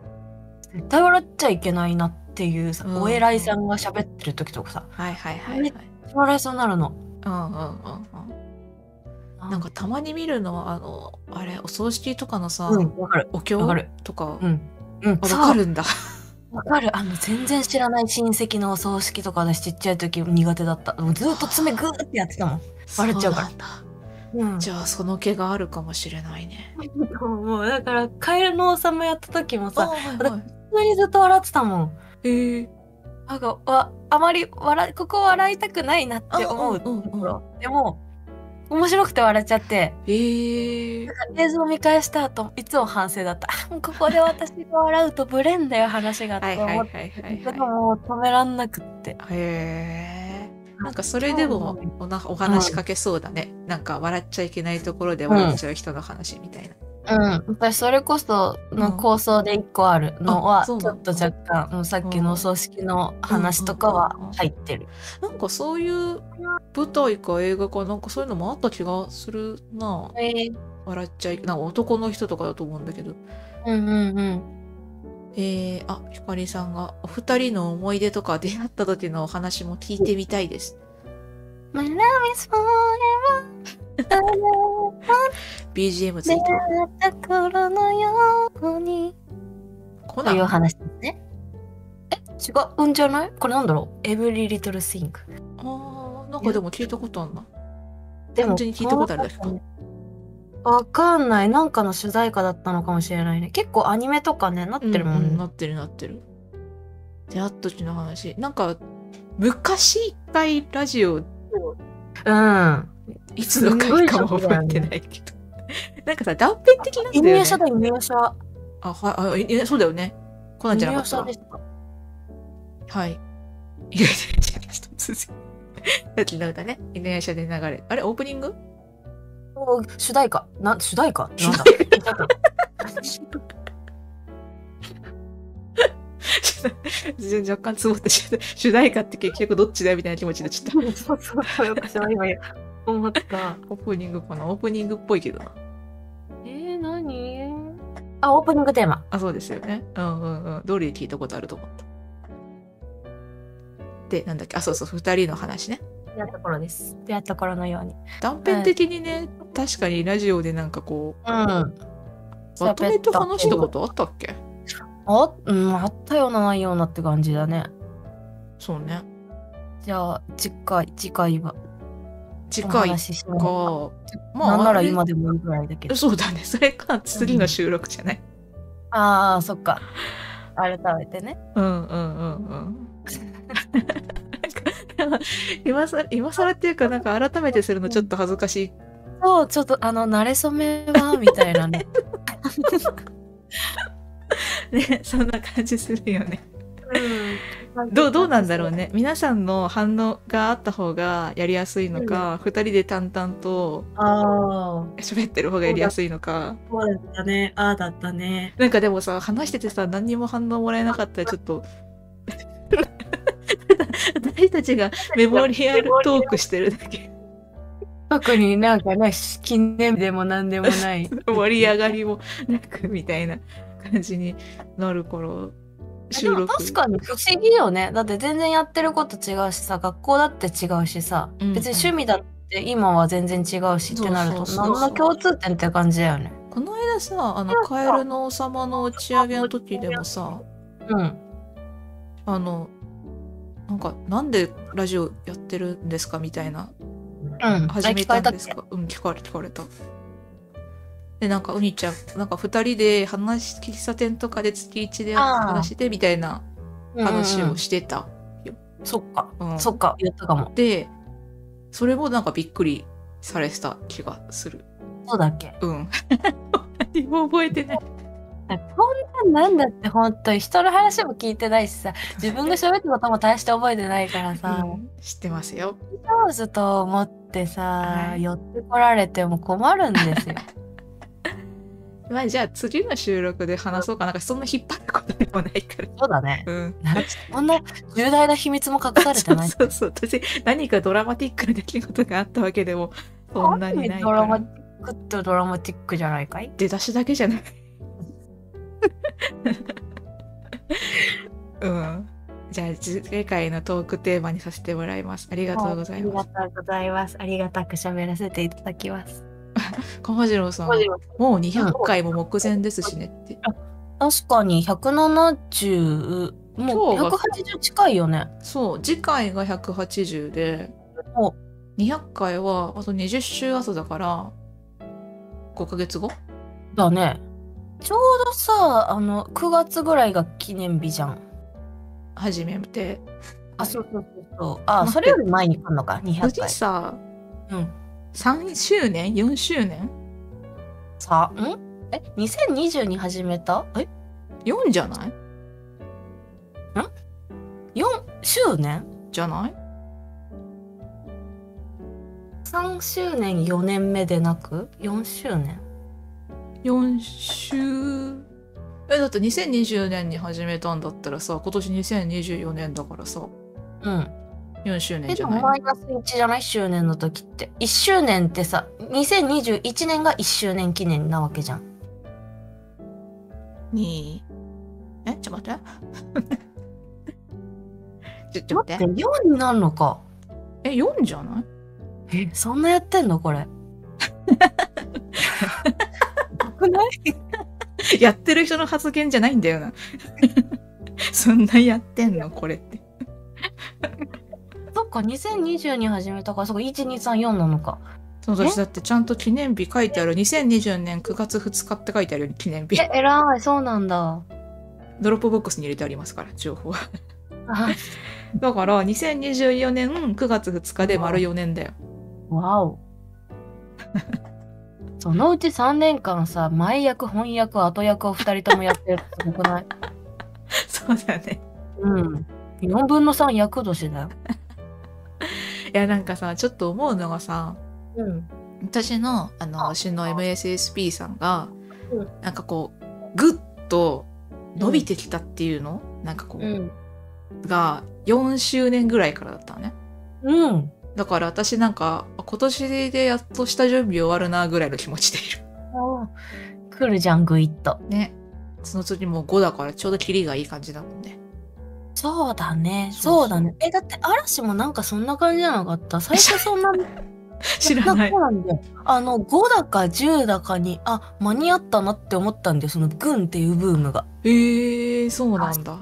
絶対笑っちゃいけないなっていうさ、
うん
お偉いさんが喋ってる時とかさ、
はいはいはいはい。
笑いそうになるの。
うんうんうんうん。なんかたまに見るのは、あの、あれ、お葬式とかのさ、
うん、わかる。
お
わか
経
る
とか、
うん。うん、
あわかるんだ。
わかるあの全然知らない親戚のお葬式とか私ちっちゃい時苦手だったもうずっと爪グーってやってたもん、バレちゃうから
そうなんだ
うん、
じゃあ、その毛があるかもしれないね。
もうだからカエルの王様やった時もさ
はい
はい普通にずっと笑ってたもん
へえ。
なんかわあまり笑いここ笑いたくないなって思うところ、
うんうんうん
でも面白くて笑っちゃって
ええ
映像を見返した後いつも反省だったあもうここで私が笑うとブレんだよ話がと
はいはい
思
は
っ
い
て
はい
で
は
ももう止めらんなくって
い。へえ。なんかそれでもおなお話しかけそうだね。なんか笑っちゃいけないところで笑っちゃう人の話みたいな。
うん、私それこその
うん
構想で一個あるの
あ
はち
そ
ょ
う
っ
なん
と
だ
若干うんさっきのお葬式の話とか
うんうんうんう
は
ん
入ってる。
なんかそういう舞台か映画かなんかそういうのもあった気がするな。笑っちゃいなんか男の人とかだと思うんだけど。
うんうんうん。
えー、あひかりさんがお二人の思い出とか出会った時のお話も聞いてみたいです。
My love is forever あの
BGM つい
出
て
会
る
った頃のように
コ
と
ナン
いう話ですね。え違うんじゃないこれなんだろう ?Every Little Thing。
あーなんかでも聞いたことあんな。
で
単純に聞いたことあるだけか
わかんない。なんかの主題歌だったのかもしれないね。結構アニメとかね、なってるも
うんうんん
ね
な。ってるなってる出会った時の話なんか昔一回ラジオ
うん。
いつの回かも
すごい
覚えてないけど、 なんかさ断片的なんだ
移
よね
入者だ、移入者。
あはいあいやそうだよねコナンじゃなかった
入
わ
社でした。
はいいやいやいやちょっと続けさっきの歌ね犬夜叉で流れあれオープニング
お主題歌。な、主題歌なんだ。
若干つぼってしまった主題歌って結局どっちだよみたいな気持ちになっちゃっ
そうそうそう、私は今思った。
たオープニングかなオープニングっぽいけどな
えー、何あ、オープニングテーマ。
あ、そうですよね。うんうんうん。どれ聞いたことあると思った。で、なんだっけ、あ、そうそう、二人の話ね。
出会った頃です。出会った頃のように。
断片的にね、確かにラジオでなんかこ
うん。あ、
う、まとめて話したことあったっけ
うん、あったようなないようなって感じだね。
そうね。
じゃあ、次回、次回は。
次
お
回か、
話ししよう
まあ、
なんなら
あれ
今でもいいぐらいだけど。
そうだね。それか、次の収録じゃない。
ああ、そっか。改めてね。
うんうんうんうん。なんか今さ今更っていうかなんか改めてするのちょっと恥ずかしい
そう、ちょっと、あの、慣れ初めは、みたいなね。
ねそんな感じするよね どうどうなんだろうね皆さんの反応があった方がやりやすいのか、二人で淡々と
ああ、
喋ってる方がやりやすいのか
そうだったね。ああだったね。
なんかでもさ話しててさ何にも反応もらえなか ったらちょっと私たちがメモリアルトークしてるだけ
特になんかね、記念日でも何でも ない。
盛り上がりもなくみたいな感じになるから
で
収
も
録
確かに不思議よねだって全然やってること違うしさ学校だって違うしさ、
うん
別に趣味だって今は全然違うしってなると
そうそうそう
何の共通点って感じだよね
この間さあのカエルの王様の打ち上げの時でもさ
うん
あのなんかなんでラジオやってるんですかみたいな
うん
始めたんです
あ
かうん聞かれた聞かれたでなんかうにちゃんなんか2人で話喫茶店とかで月1で
あー
話してみたいな
聞かれたっ
話
けうんうんう
を
ん
してた、
そっか、
うん
そっか言ったかも
でそれもなんかびっくりされてた気がする
そうだっけ
うん 何も覚えてない
こんなんなんだって本当に人の話も聞いてないしさ自分が喋ったことも大して覚えてないからさ、
うん知ってますよ
そうずと思ってさ、
はい
寄ってこられても困るんで すよ
まあじゃあ次の収録で話そうかなんかそんな引っ張ることでもないから
そうだね
うん
なんかそんな重大な秘密も隠され てない
そうそうそう私何かドラマティックな出来事があったわけでもそんなにないか
ドラマ
ら
ティックってドラマティックじゃないかい
出だしだけ じゃないうんじゃあ次回のトークテーマにさせてもらいますありがとうございます
ありがとうございます。ありがたく喋らせていただきます。
小次郎さんもう200回も目前ですしねって
確かに170もう
今日が
180近いよね。
そう次回が180で
お
200回はあと20週後だから5ヶ月後
だね。ちょうどさあの9月ぐらいが記念日じゃん。
初めて
あそうそうそうそう。あ
待って
それより前に来るのか200
次
回。
さ、
うん
3周年 ?4 周年
さあ、んえ ?2020 に始めたえ
?4 じゃない
?4 周年
じゃない
?3 周年4年目でなく4周年
?4 週。え、だって2020年に始めたんだったらさ、今年2024年だからさ、
うん。
4周年
え、
じ
で
ゃ
も
な
マ
い
イナス1じゃない周年の時って。1周年ってさ、2021年が1周年記念なわけじゃん。
?2。え、ちょっと待 って。ちょ、ちょっと待って。
4になるのか。
え、4じゃない
え、そんなやってんのこれ。危ない
やってる人の発言じゃないんだよな。 そんなやってんのこれって。
そっか、2020に始めたから、そこ1234なのか。
その年だってちゃんと記念日書いてある。2020年9月2日って書いてあるよ記念日。
え、えらい、そうなんだ。
ドロップボックスに入れてありますから、情報は。
あ
だから、2024年9月2日で丸4年だよ。
わお。 そのうち3年間さ、前役、翻訳、後役を2人ともやってるってすごくない
そうだね。
うん。4分の3役年だよ。
いや、なんかさ、ちょっと思うのがさ、
うん。
私の、あの、推しの MSSP さんが
うん、
なんかこう、ぐっと伸びてきたっていうの、なんかこう、
うん。
が、4周年ぐらいからだったのね。
うん。
だから私なんか、今年でやっとした準備終わるな、ぐらいの気持ちでいる。
あー来るじゃん、ぐいっと。
ね。その次もう5だから、ちょうどキリがいい感じだもん ね。
そうだね。
そう
そうだね。え、だって嵐もなんかそんな感じじゃなか った最初そんな
知らない
んか。そうなんだよ。あの、5だか10だかに、あ、間に合ったなって思ったんだよ。その、軍っていうブームが。
ええー、そうなんだ。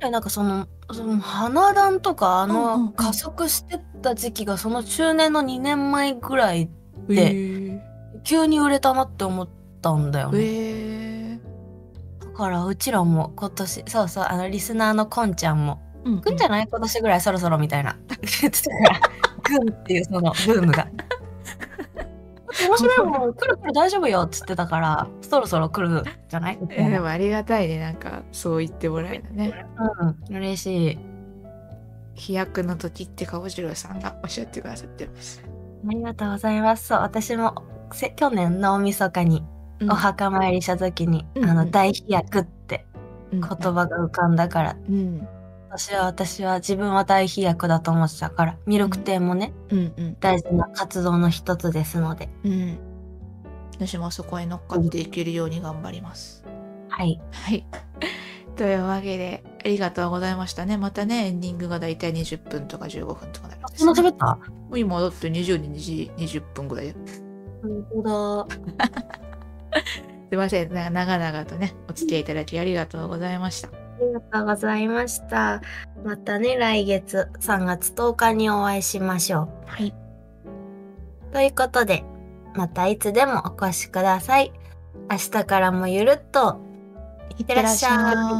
えなんかその、その花壇とか、あ
うんうんうん
の、加速してった時期が、その中年の2年前ぐらい、
え
で
ー、
急に売れたなって思ったんだよ
え
ね。
ー。
だから、うちらも今年、そうそう、あの、リスナーのこんちゃんも、
うん
くんじゃない今年ぐらいそろそろみたいな。言ってたから、軍っていうそ のブームが。面白いもん、来る来る大丈夫よって言ってたから、そろそろ来るんじゃないみたい
え
な
ーでもありがたいねなんかそう言ってもらえるね
うん、嬉しい。
飛躍の時って川次郎さんがおっしゃってくださってます、
ありがとうございます。そう、私もせ去年の大晦日に、
うん
お墓参りした時に、
うん
あ
う
の
ん
大飛躍って
言
言葉が浮かんだから、
うん
私は私は自分は大飛躍だと思ってたから、ミルクテもね、
うんうん
大事な活動の一つですので、
うん私もそこへ乗っかっていけるように頑張ります、
はい。
はいというわけでありがとうございましたねまたねエンディングがだいたい20分とか15分とかなるんです
そんな
ね、
喋った
もう今だって22時20分ぐらいよ
本当だ。
すいませんな長々とねお付き合いいただきありがとうございました
ありがとうございました。またね、来月3月10日にお会いしましょう。
はい
ということで、またいつでもお越しください。明日からもゆるっと
いっ
いってらっしゃい